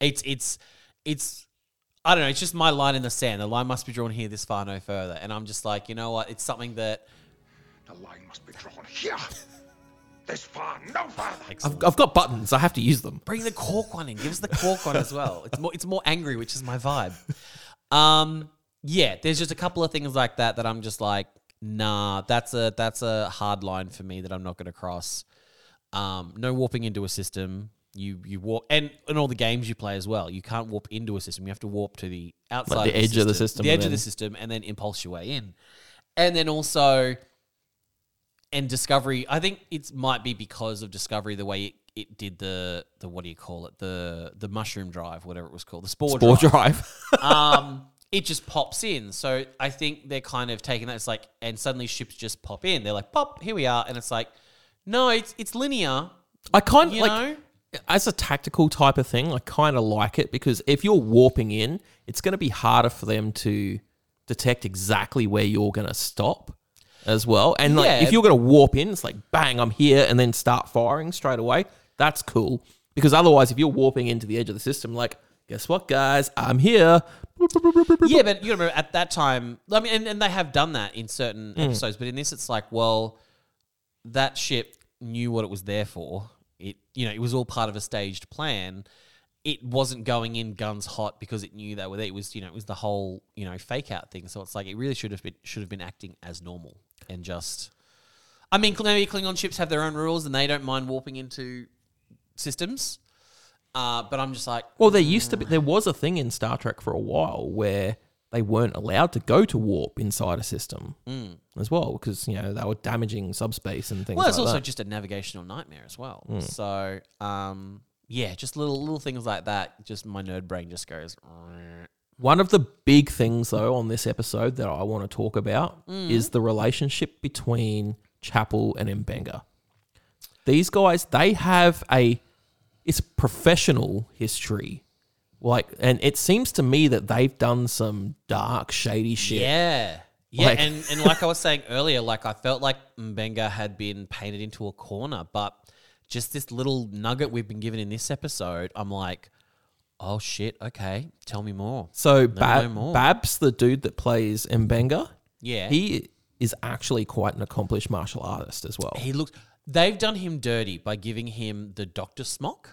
it's it's it's I don't know. It's just my line in the sand. The line must be drawn here, this far, no further. And I'm just like, you know what? It's something that
The line must be drawn here. This far, no farther.
I've, I've got buttons, I have to use them.
bring the cork one in. Give us the cork one as well. It's more it's more angry, which is my vibe. Um, yeah. There's just a couple of things like that that I'm just like, nah. That's a that's a hard line for me that I'm not going to cross. Um, no warping into a system. You you warp and in all the games you play as well. You can't warp into a system. You have to warp to the outside,
the edge of the system
the
and
edge
then-
of the system, and then impulse your way in. And then also, and Discovery, I think it might be because of Discovery the way it, it did the the what do you call it the the mushroom drive, whatever it was called, the spore,
Four
drive.
drive.
um, it just pops in. So I think they're kind of taking that. It's like, and suddenly ships just pop in. They're like, pop, here we are, and it's like, no, it's it's linear.
I kind of
You
like
know?
as a tactical type of thing, I kind of like it because if you're warping in, it's going to be harder for them to detect exactly where you're going to stop as well. And like
Yeah.
if you're going to warp in, it's like bang, I'm here, and then start firing straight away. That's cool because otherwise, if you're warping into the edge of the system, like guess what, guys, I'm here. Boop, boop, boop, boop, boop, boop.
yeah, but you gotta remember at that time. I mean, and, and they have done that in certain episodes, but in this, it's like, well, that ship knew what it was there for. It, you know, it was all part of a staged plan, it wasn't going in guns hot because it knew they were there. It was you know it was the whole you know fake out thing. So it's like it really should have been should have been acting as normal and just. I mean, cl- maybe Klingon ships have their own rules and they don't mind warping into systems. Uh, but I'm just like,
Well, there used to be there was a thing in Star Trek for a while where they weren't allowed to go to warp inside a system as well because you know they were damaging subspace and things.
Mm. well, it's
like
also
that. Hmm.
just a navigational nightmare as well. So, um, yeah, just little little things like that. Just my nerd brain just goes. "Rrrr."
One of the big things, though, on this episode that I want to talk about
Mm.
is the relationship between Chapel and Mbenga. These guys, they have a it's professional history, like, and it seems to me that they've done some dark, shady shit.
Yeah. Yeah,
Like-
and, and like I was saying earlier, like I felt like Mbenga had been painted into a corner, but just this little nugget we've been given in this episode, I'm like, oh shit, okay, tell me more.
So
no
Bab-
more.
Babs, the dude that plays Mbenga,
Yeah, he,
he is actually quite an accomplished martial artist as well.
he looks. They've done him dirty by giving him the Doctor Smock,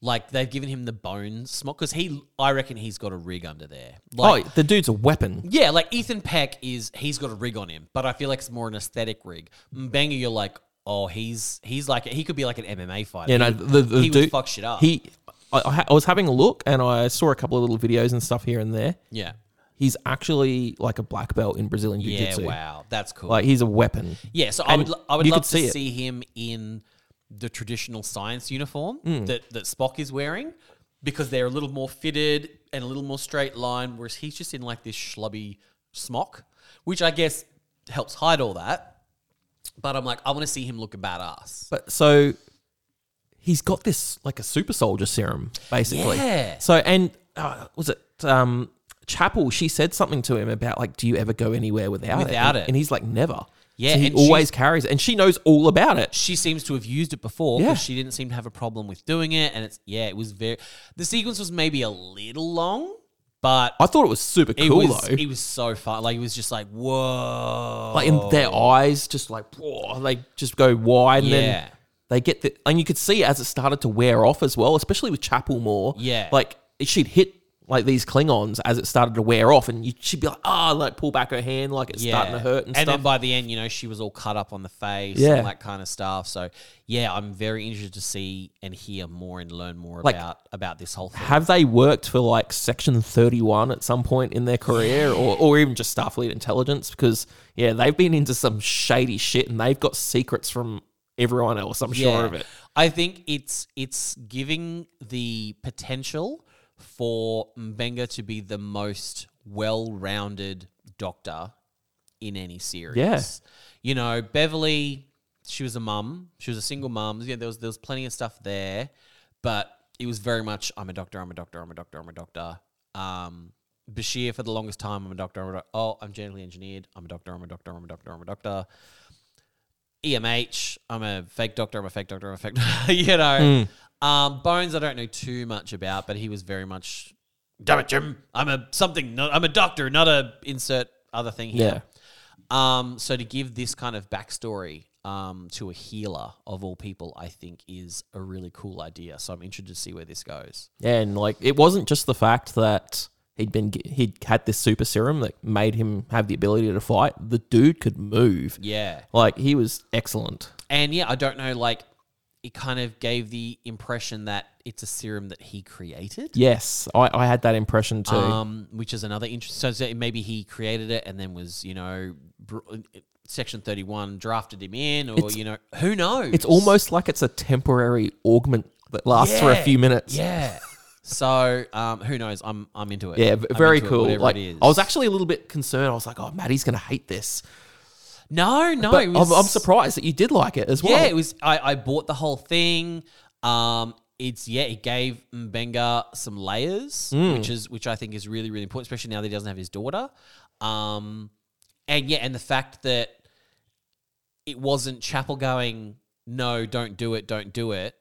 like they've given him the bone smock because he, I reckon he's got a rig under there. Like,
oh, the dude's a weapon.
Yeah, like Ethan Peck is he's got a rig on him, but I feel like it's more an aesthetic rig. Mbenga, you're like, oh, he's he's like he could be like an MMA fighter.
Yeah, no,
He-
the, the
he
dude,
would fuck shit up.
He, I, I ha- I was having a look and I saw a couple of little videos and stuff here and there.
yeah,
He's actually like a black belt in Brazilian Jiu
yeah,
Jitsu.
wow, that's cool.
Like he's a weapon.
yeah, so I would lo- I would
you could
love to
see
see,
it.
him in the traditional science uniform
Hmm.
that that Spock is wearing because they're a little more fitted and a little more straight line, whereas he's just in like this schlubby smock, which I guess helps hide all that. But I'm like, I want to see him look badass.
But so he's got this like a super soldier serum, basically.
Yeah.
So and uh, was it um Chapel? She said something to him about like, do you ever go anywhere without it?
Without
And-
it.
And he's like, never.
Yeah,
So he
and
always carries it, and she knows all about it.
she seems to have used it before
Yeah.
because she didn't seem to have a problem with doing it. And it's yeah, it was very. The sequence was maybe a little long, but
I thought it was super
it
cool
was
though.
it was so fun. Like it was just like whoa,
like in their eyes just like whoa, they just go wide and
Oh. Yeah.
then they get the and you could see as it started to wear off as well especially with chapel more
Yeah.
like she'd hit like these klingons as it started to wear off and you, she'd be like ah like pull back her hand like it's starting to hurt and, stuff
then by the end, you know, she was all cut up on the face
Yeah.
and that kind of stuff. So yeah, I'm very interested to see and hear more and learn more
Like-
about about this whole thing.
have they worked for like section 31 at some point in their career or, or even just starfleet intelligence because yeah they've been into some shady shit and they've got secrets from everyone else i'm sure of it
I think it's it's giving the potential for Mbenga to be the most well-rounded doctor in any series.
Yeah.
You know, Beverly, she was a mum. She was a single mum. Yeah, there was there was plenty of stuff there, but it was very much I'm a doctor, I'm a doctor, I'm a doctor, I'm a doctor. Um Bashir for the longest time, I'm a doctor, I'm a doctor. Oh, I'm genetically engineered. I'm a doctor, I'm a doctor, I'm a doctor, I'm a doctor. EMH. E I'm a fake doctor. I'm a fake doctor. I'm a fake doctor. you know, um, Bones. I don't know too much about, but he was very much. Damn it, Jim! I'm a something. Not, I'm a doctor, not a insert other thing here. Um, so to give this kind of backstory um, to a healer of all people, I think is a really cool idea. So I'm interested to see where this goes.
And like, it wasn't just the fact that he'd been he'd had this super serum that made him have the ability to fight. The dude could move.
Yeah.
Like he was excellent.
And yeah, I don't know, like it kind of gave the impression that it's a serum that he created.
Yes, I, I had that impression too.
um, which is another interest. So, so maybe he created it and then was, you know, br- uh, Section 31 drafted him in, or,
It's-
you know, who knows?
it's almost like it's a temporary augment that lasts for a
Yeah,
few minutes.
Yeah. so, um, who knows? I'm, I'm into it.
Yeah, v-
I'm
very
into it,
cool.
whatever
like
it is.
I was actually a little bit concerned. I was like, "Oh, Maddie's gonna hate this,"
No, no.
but
it was-
I'm, I'm surprised that you did like it as well.
Yeah, it was. I, I bought the whole thing. Um, it's yeah, it gave Mbenga some layers,
Hmm.
which is which I think is really really important, especially now that he doesn't have his daughter. Um, and yeah, and the fact that it wasn't Chapel going, no, don't do it, don't do it.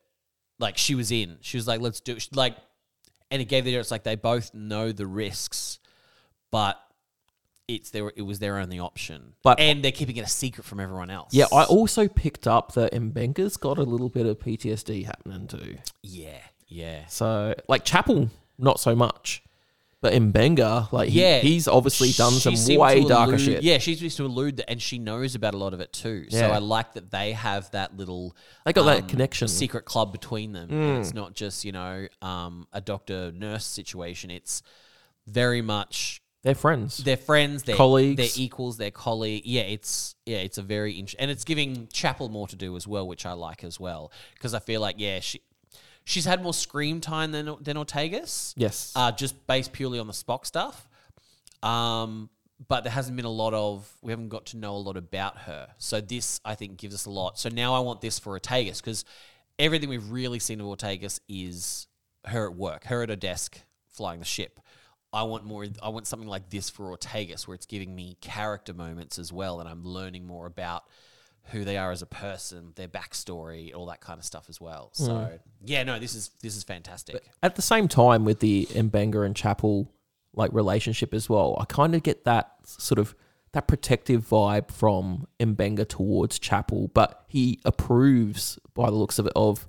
Like she was in, she was like, let's do it. She- Like, and it gave the it's like they both know the risks, but. It's their, it was their only option,
But-
and they're keeping it a secret from everyone else.
Yeah, I also picked up that Mbenga's got a little bit of PTSD happening too.
Yeah, Yeah.
So, like Chapel, not so much, but Mbenga, like he,
Yeah.
he's obviously done
She
some
seemed
way
to
darker
allude-
shit.
Yeah, she seems to allude that, and she knows about a lot of it too. So
Yeah.
I like that they have that little. um,
They got that connection. Mm.
secret club between them. And it's not just you know um, a doctor nurse situation. It's very much
They're friends.
their friends, their
Colleagues.
their equals, their colleague. Yeah, it's yeah, it's a very int- and it's giving Chapel more to do as well, which I like as well because I feel like yeah, she she's had more screen time than than Ortegas.
yes.
uh, just based purely on the Spock stuff. Um, but there hasn't been a lot of we haven't got to know a lot about her. So this I think gives us a lot. So now I want this for Ortegas because everything we've really seen of Ortegas is her at work, her at her desk flying the ship. I want more. I want something like this for Ortegas, where it's giving me character moments as well, and I'm learning more about who they are as a person, their backstory, all that kind of stuff as well. So yeah, no, this is this is fantastic.
At the same time, with the Mbenga and Chapel like relationship as well, I kind of get that sort of that protective vibe from Mbenga towards Chapel, but he approves by the looks of it of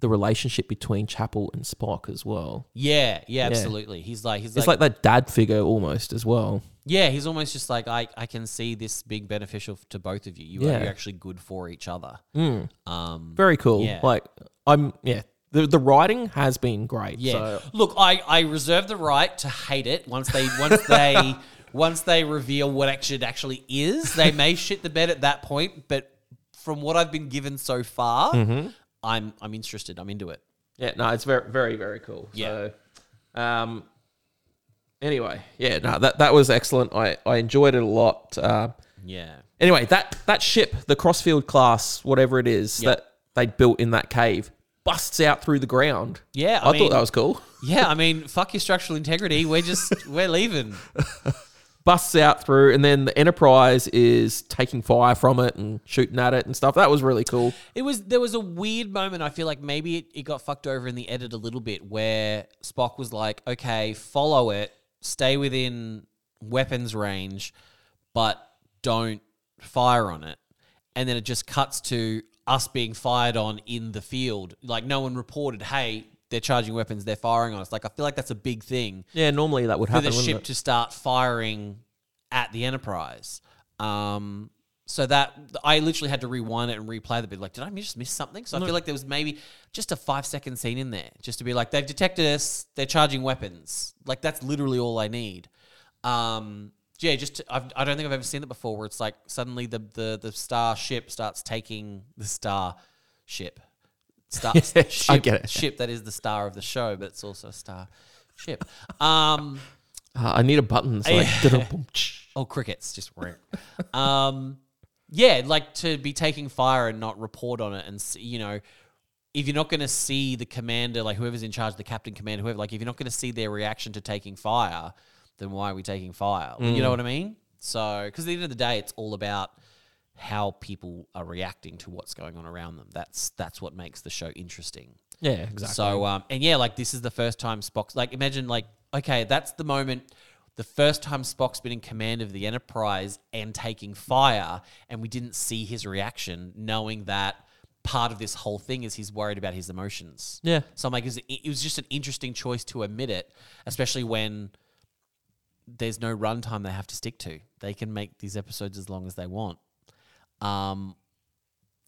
the relationship between Chapel and Spock as well.
Yeah, yeah, absolutely. He's like he's
It's
like,
like, that dad figure almost as well.
yeah, he's almost just like I I can see this being beneficial f- to both of you. You
Yeah.
are, you're actually good for each other. Um
Very cool.
Yeah.
Like I'm yeah. The the writing has been great.
yeah.
So
Look, I I reserve the right to hate it once they once they once they reveal what actually it actually is. They may shit the bed at that point, but from what I've been given so far, I'm I'm interested. I'm into it.
yeah, no, it's very very, very cool.
Yeah.
So um anyway, yeah, no, that that was excellent. I, I enjoyed it a lot. Um
Yeah.
anyway, that that ship, the Crossfield class, whatever it is
Yeah.
that they built in that cave, busts out through the ground.
Yeah,
I,
I mean-
thought that was cool.
Yeah, I mean, fuck your structural integrity. We're just we're leaving.
Busts out through, and then the Enterprise is taking fire from it and shooting at it and stuff. That was really cool.
It was there was a weird moment. I feel like maybe it, it got fucked over in the edit a little bit, where Spock was like, "Okay, follow it, stay within weapons range, but don't fire on it." And then it just cuts to us being fired on in the field. Like no one reported, "Hey, they're charging weapons, they're firing on us." Like I feel like that's a big thing
Yeah, normally that would
for
happen.
the
wouldn't
ship
it?
to start firing at the Enterprise. Um, so that I literally had to rewind it and replay the bit. Like, did I just miss something? So I feel like there was maybe just a five second scene in there, just to be like, they've detected us. They're charging weapons. Like that's literally all I need. Um, yeah, just to, I've, I don't think I've ever seen it before, where it's like suddenly the the the star ship starts taking the star ship. Star,
I
ship,
get it.
ship that is the star of the show, but it's also a star ship. Um,
Uh, I need a button. It's like, "Dudum-bum-tsh."
Oh, crickets, just rare. um, yeah, like to be taking fire and not report on it, and see, you know, if you're not going to see the commander, like whoever's in charge, the captain, commander, whoever, like if you're not going to see their reaction to taking fire, then why are we taking fire? You know what I mean? So, because at the end of the day, it's all about how people are reacting to what's going on around them. That's that's what makes the show interesting.
yeah, exactly.
So um, and yeah, like this is the first time Spock's like imagine like okay, that's the moment the first time Spock's been in command of the Enterprise and taking fire, and we didn't see his reaction, knowing that part of this whole thing is he's worried about his emotions.
Yeah.
So I'm like, it was, it was just an interesting choice to omit it, especially when there's no runtime they have to stick to. They can make these episodes as long as they want. Um,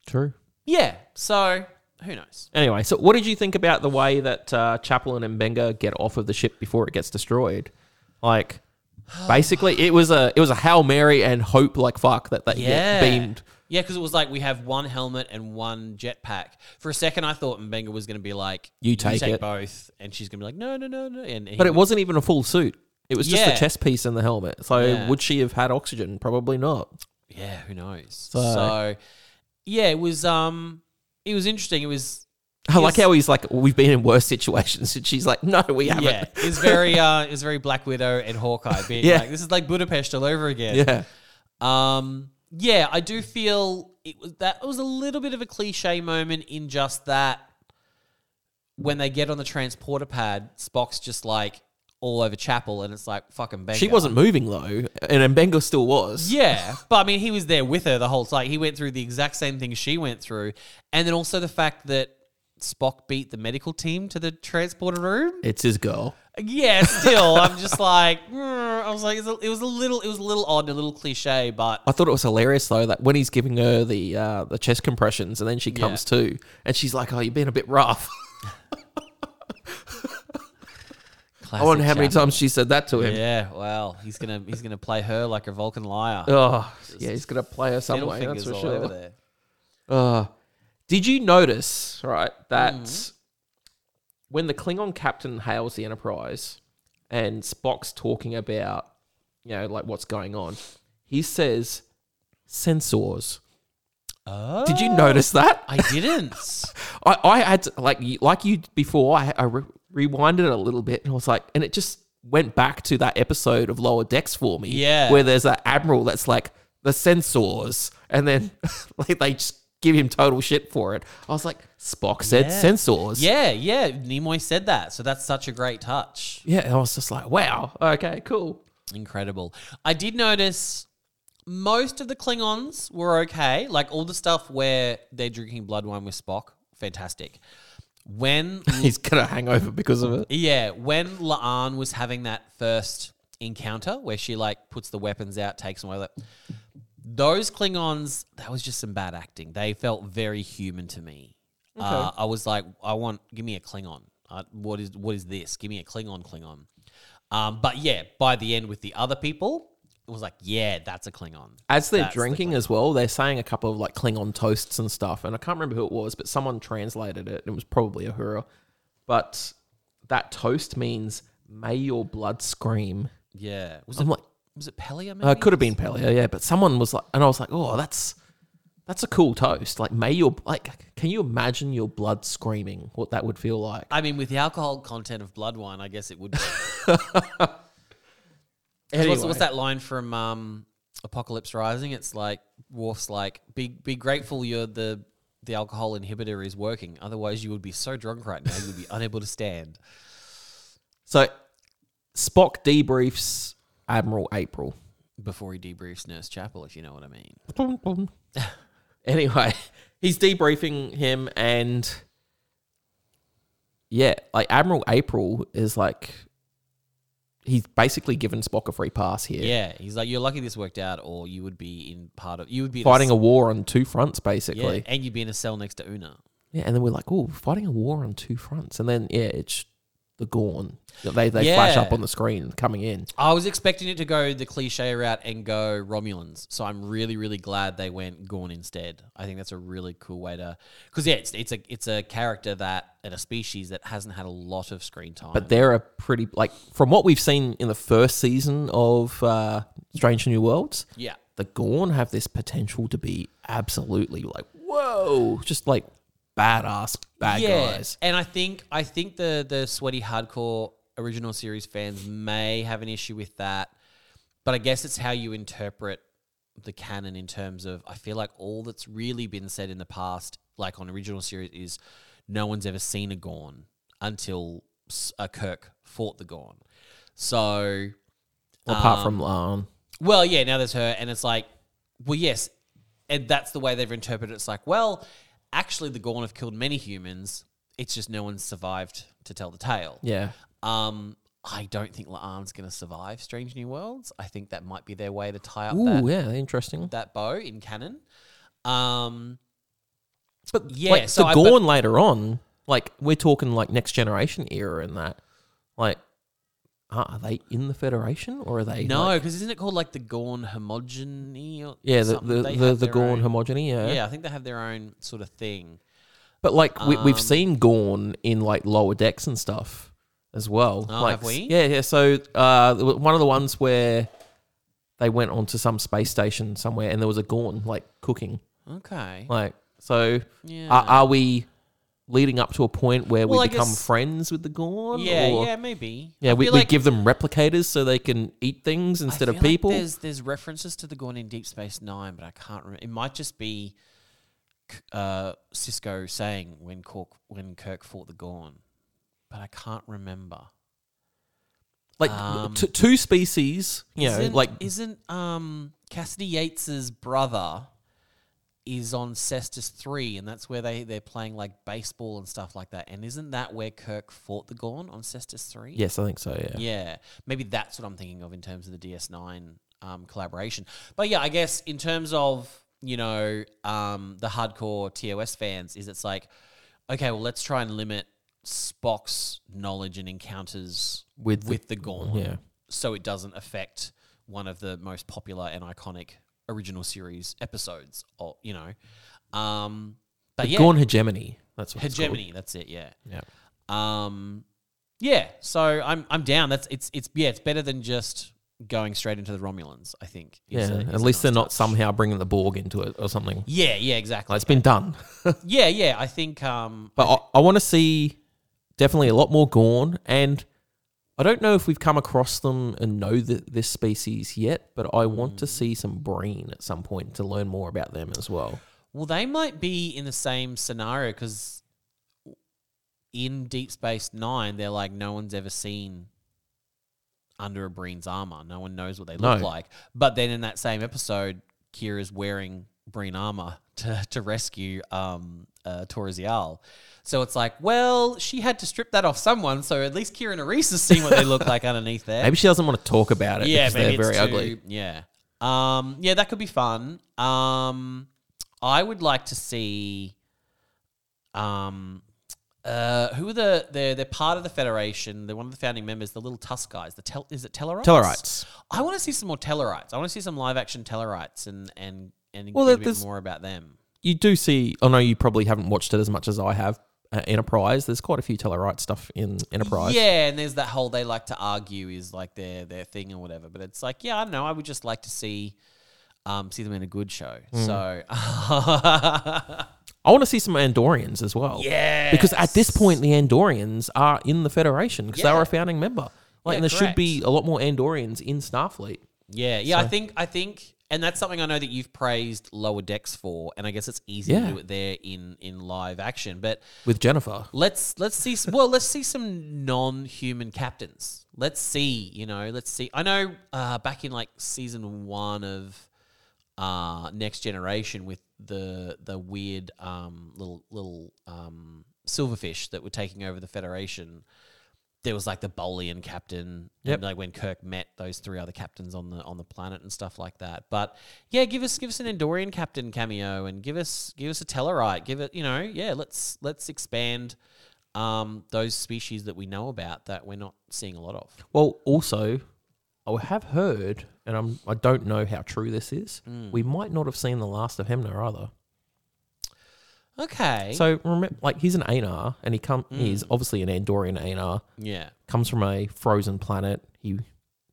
True.
yeah. So who knows?
Anyway, so what did you think about the way that uh, Chaplin and Benga get off of the ship before it gets destroyed? Like, basically, it was a it was a hail mary and hope like fuck that they
yeah.
get beamed.
Yeah, because it was like we have one helmet and one jetpack. For a second, I thought Mbenga was going to be like,
You take it."
both," and she's going to be like, "No, no, no, no." And he
But it wasn't even a full suit. It was just the
Yeah.
chest piece and the helmet. So
Yeah.
would she have had oxygen? Probably not.
yeah, who knows? So, yeah, it was um, it was interesting. It was
I like
Yes.
how he's like, we've been in worse situations, and she's like, no, we haven't.
yeah, it was very uh, it was very Black Widow and Hawkeye being
Yeah.
like, "This is like Budapest all over again."
Yeah.
Um, yeah, I do feel it was that was a little bit of a cliche moment in just that when they get on the transporter pad, Spock's just like all over Chapel, and it's like fucking bang.
She wasn't moving though, and Benga still was.
Yeah, but I mean, he was there with her the whole time. He went through the exact same thing she went through, and then also the fact that Spock beat the medical team to the transporter room.
It's his girl.
Yeah, still, I'm just like, mm, I was like, it's a- it was a little, it was a little odd, a little cliche, but
I thought it was hilarious though that when he's giving her the uh, the chest compressions and then she comes to and she's like, "Oh, you've been a bit rough." I
classic
wonder how many
Chapman.
times she said that to him.
Yeah, well, he's gonna he's gonna play her like a Vulcan liar.
Oh, yeah, he's gonna play her some
Middle
way. That's
fingers
for
all over
sure.
there.
Uh, did you notice right that
Mm-hmm.
when the Klingon captain hails the Enterprise and Spock's talking about you know like what's going on, he says sensors.
Oh,
Did you notice that?
I didn't.
I, I had to, like you, like you before. I, I re- rewinded it a little bit, and I was like, and it just went back to that episode of Lower Decks for me.
Yeah.
where there's that admiral that's like the sensors, and then like they just give him total shit for it. I was like, Spock said
Yeah.
sensors.
yeah, yeah. Nimoy said that, so that's such a great touch.
yeah. And I was just like, wow. Okay, cool.
Incredible. I did notice most of the Klingons were okay. Like all the stuff where they're drinking blood wine with Spock, fantastic. When
He's gonna hang over because of it.
Yeah, when Laan was having that first encounter where she like puts the weapons out, takes them away, like, those Klingons, that was just some bad acting. They felt very human to me. Uh, I was like, I want, give me a Klingon. Uh, what is what is this? Give me a Klingon, Klingon. Um, but yeah, by the end with the other people, it was like, yeah, that's a Klingon.
As they're
That's the
drinking as well, they're saying a couple of like Klingon toasts and stuff, and I can't remember who it was, but someone translated it. It was probably Uhura, but that toast means "May your blood scream."
Yeah, was it
I'm like,
was it Pelia? Maybe?
uh, it could have been Pelio, yeah, but someone was like, and I was like, "Oh, that's that's a cool toast." Like, may your like, can you imagine your blood screaming? What that would feel like?
I mean, with the alcohol content of blood wine, I guess it would. Be. So What's, what's
Anyway.
that line from um, Apocalypse Rising? It's like Worf's like, "Be be grateful you're the the alcohol inhibitor is working. Otherwise, you would be so drunk right now you would be unable to stand."
So, Spock debriefs Admiral April.
Before he debriefs Nurse Chapel, if you know what I mean.
Boom, boom. anyway, he's debriefing him, and yeah, like Admiral April is like, he's basically given Spock a free pass here,
Yeah, he's like, "You're lucky this worked out, or you would be in part of you would be
fighting
in
a war on two fronts,
yeah,
basically.
and you'd be in a cell next to Una."
Yeah, and then we're like, oh, fighting a war on two fronts, and then yeah, it's the Gorn. They they flash
Yeah.
up on the screen coming in.
I was expecting it to go the cliche route and go Romulans, so I'm really, really glad they went Gorn instead. I think that's a really cool way to, because yeah, it's, it's a it's a character that and a species that hasn't had a lot of screen time.
But they're a pretty like from what we've seen in the first season of uh, Strange New Worlds.
yeah,
the Gorn have this potential to be absolutely like, whoa, just like badass bad guys.
And I think I think the the sweaty hardcore original series fans may have an issue with that, but I guess it's how you interpret the canon in terms of I feel like all that's really been said in the past, like on original series, is no one's ever seen a Gorn until S- uh, Kirk fought the Gorn. So
Apart from
um,
Lan.
well, yeah, now there's her, and it's like, well, yes, and that's the way they've interpreted it. It's like, well, actually, the Gorn have killed many humans. It's just no one's survived to tell the tale.
Yeah.
Um, I don't think La'an's going to survive Strange New Worlds. I think that might be their way to tie up
Ooh,
that,
yeah, interesting.
that bow in canon. Um,
But
yeah,
like,
so
the
I- but-
Gorn later on, like we're talking like next generation era and that. Like, uh, are are they in the Federation or are they?
no,
like-
because isn't it called like the Gorn homogeny? Or
yeah, the
something?
the
They
the,
have
the
their
Gorn
own-
homogeny. Yeah.
Yeah, I think they have their own sort of thing.
But like we,
Um,
we've seen Gorn in like lower decks and stuff as well.
Oh,
like,
have we?
Yeah, yeah. So uh, there was one of the ones where they went onto some space station somewhere, and there was a Gorn like cooking.
Okay.
Like so,
Yeah.
are, are we leading up to a point where
Well, I
we become
guess-
friends with the Gorn?
yeah,
or-
yeah, maybe.
Yeah,
I
we,
feel
we
like-
give them replicators so they can eat things
I
instead of
feel like
people.
there's there's references to the Gorn in Deep Space Nine, but I can't remember. It might just be K- uh, Cisco saying when Cork when Kirk fought the Gorn, but I can't remember.
like
um,
t- two species, you know,
isn't,
like
isn't um Cassidy Yates's brother is on Cestus 3, and that's where they, they're playing like baseball and stuff like that. And isn't that where Kirk fought the Gorn on Cestus 3?
Yes, I think so. Yeah.
Yeah, maybe that's what I'm thinking of in terms of the DS9 um, collaboration. But yeah, I guess in terms of you know um, the hardcore TOS fans, is it's like, okay, well let's try and limit Spock's knowledge and encounters
With the-
with the Gorn,
yeah.
so it doesn't affect one of the most popular and iconic original series episodes. Or you know, um, but yeah,
Gorn hegemony. That's what
hegemony. That's it. Yeah.
It's called.
Um, yeah, so I'm I'm down. That's it's it's yeah, it's better than just going straight into the Romulans. I think.
Yeah.
is a-
Yeah.
is a
At least
nice
they're not
touch.
somehow bringing the Borg into it or something.
Yeah, yeah, exactly.
Like, it's been done.
yeah, yeah. I think. Um,
But I, I want to see definitely a lot more Gorn, and I don't know if we've come across them and know th this species yet. But I want
Mm.
to see some Breen at some point to learn more about them as well.
well, they might be in the same scenario because in Deep Space Nine, they're like no one's ever seen under a Breen's armor. No one knows what they look
No.
like. But then in that same episode, Kira's wearing Breen armor to, to rescue um, uh, Torrezial. So it's like, well, she had to strip that off someone. So at least Kira and Nerys has seen what they look like underneath there.
Maybe she doesn't want to talk about it because they're very
it's
ugly.
too- Yeah. Um, yeah, that could be fun. Um, I would like to see. Um, uh, who are the they're they're part of the federation? They're one of the founding members. The little Tusk guys. The tel- is it Tellarites?
Tellarites.
I want to see some more Tellarites. I want to see some live action Tellarites and and and
Well,
get
there-
a bit
there's-
more about them.
You do see. I know you probably haven't watched it as much as I have. Uh, Enterprise. There's quite a few Tellarite stuff in Enterprise.
Yeah, and there's that whole they like to argue is like their their thing or whatever. But it's like, yeah, I don't know. I would just like to see um see them in a good show.
Hmm.
um, So
I want to see some Andorians as well.
yeah,
Because at this point, the Andorians are in the Federation because they
Yeah.
were a founding member. Like,
Yeah,
and there should be a lot more Andorians in Starfleet.
yeah, yeah, I think I think, and that's something I know that you've praised lower decks for, and I guess it's easy
Yeah.
to do it there in in live action, but.
with Jennifer.
Let's let's see. Some, well, let's see some non-human captains. Let's see. You know, let's see. I know uh, back in like season one of uh, Next Generation with the the weird um, little little um, silverfish that were taking over the Federation. There was like the Bolian captain,
Yep.
and like when Kirk met those three other captains on the on the planet and stuff like that. But yeah, give us give us an Endorian captain cameo, and give us give us a Tellarite, give it you know yeah let's let's expand um, those species that we know about that we're not seeing a lot of.
Well, also, I have heard, and I'm I don't know how true this is.
Mm.
We might not have seen the last of Hemner either.
Okay,
So remember, like he's an Anar, and he come
Mm.
he's obviously an Andorian Anar.
yeah,
Comes from a frozen planet. He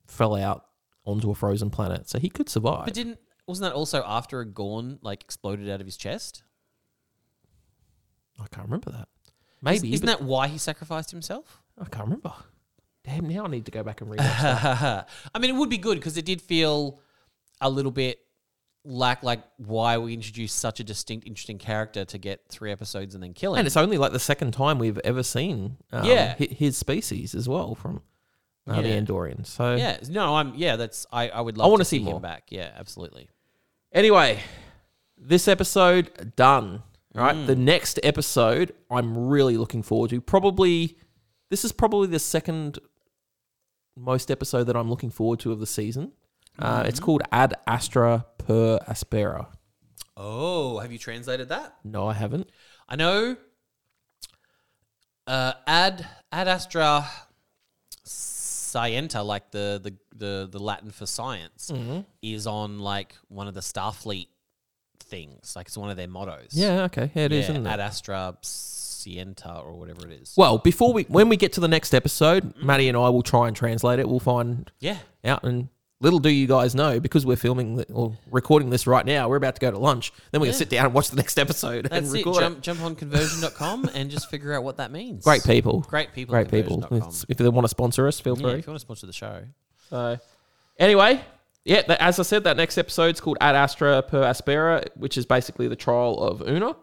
fell out onto a frozen planet, so he could survive.
but didn't wasn't that also after a Gorn like exploded out of his chest?
I can't remember that.
Is-
Maybe
Isn't
but
that why he sacrificed himself?
I can't remember. Damn, now I need to go back and read. it.
I mean, it would be good because it did feel a little bit lack like why we introduced such a distinct, interesting character to get three episodes and then kill him.
and it's only like the second time we've ever seen um,
Yeah.
hi- his species as well from uh, the
Yeah.
Andorians. So
yeah, no, I'm yeah. That's I. I would love.
wanna
to
see
see,
more.
him back. Yeah, absolutely.
Anyway, this episode done. Right,
Mm.
the next episode I'm really looking forward to. Probably this is probably the second most episode that I'm looking forward to of the season. Uh,
Mm-hmm.
it's called Ad Astra Per Aspera.
Oh, have you translated that?
No, I haven't.
I know. Uh, ad ad astra scienta, like the the the, the Latin for science,
Mm-hmm.
is on like one of the Starfleet things. Like it's one of their mottos.
Yeah, okay, yeah, it is,
Yeah,
isn't it?
ad astra scienta or whatever it is.
well, before we when we get to the next episode,
Mm-hmm.
Maddie and I will try and translate it. We'll find
Yeah.
out and little do you guys know because we're filming the, or recording this right now we're about to go to lunch then we're going to sit down and watch the next episode
That's
and
it.
record it.
Jump, jump on conversion.com and just figure out what that means.
great people
Great people.
great
at
people
conversion.com.
if they want to sponsor us feel
Yeah,
free
if you want to sponsor the show.
so anyway yeah that, as i said that next episode's called ad astra per aspera which is basically the trial of una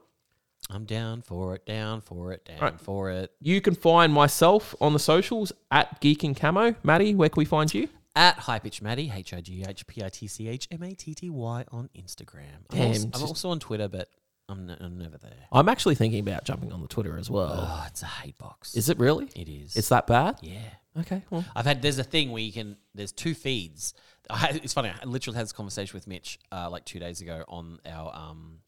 I'm down for it, down for it, down
Right.
for it.
you can find myself on the socials at geek in camo maddie where can we find you
at High Pitch Matty, H I G H P I T C H M A T T Y on Instagram. I'm,
Damn,
also, I'm
just-
also on Twitter, but I'm, n- I'm never there.
I'm actually thinking about jumping on the Twitter as well.
Oh, it's a hate box.
Is it really?
it is.
It's that bad?
yeah.
Okay. Well,
I've had there's a thing where you can there's two feeds. I, it's funny. I literally had this conversation with Mitch uh, like two days ago on our um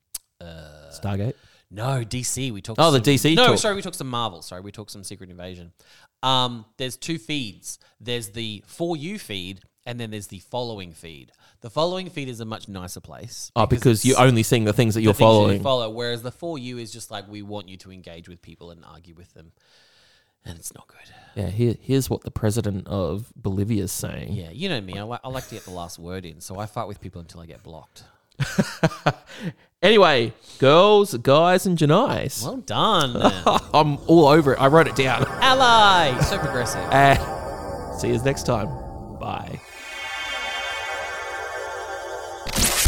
uh
Stargate.
no DC. We talked.
Oh, the
some-
DC
No,
talk.
sorry, we talked some Marvel. Sorry, we talked some Secret Invasion. Um, there's two feeds. There's the for you feed, and then there's the following feed. The following feed is a much nicer place.
Oh, because you're
it's
only seeing the things that you're
the things that you
following.
follow, whereas the for you is just like we want you to engage with people and argue with them, and it's not good.
yeah. Here, here's what the president of Bolivia is saying.
Yeah, you know me. I, li- I like to get the last word in, so I fight with people until I get blocked.
Anyway, girls, guys, and Janice.
Well done,
I'm all over it. I wrote it down.
ally. So progressive.
And see you next time. Bye.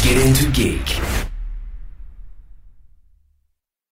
Get into geek.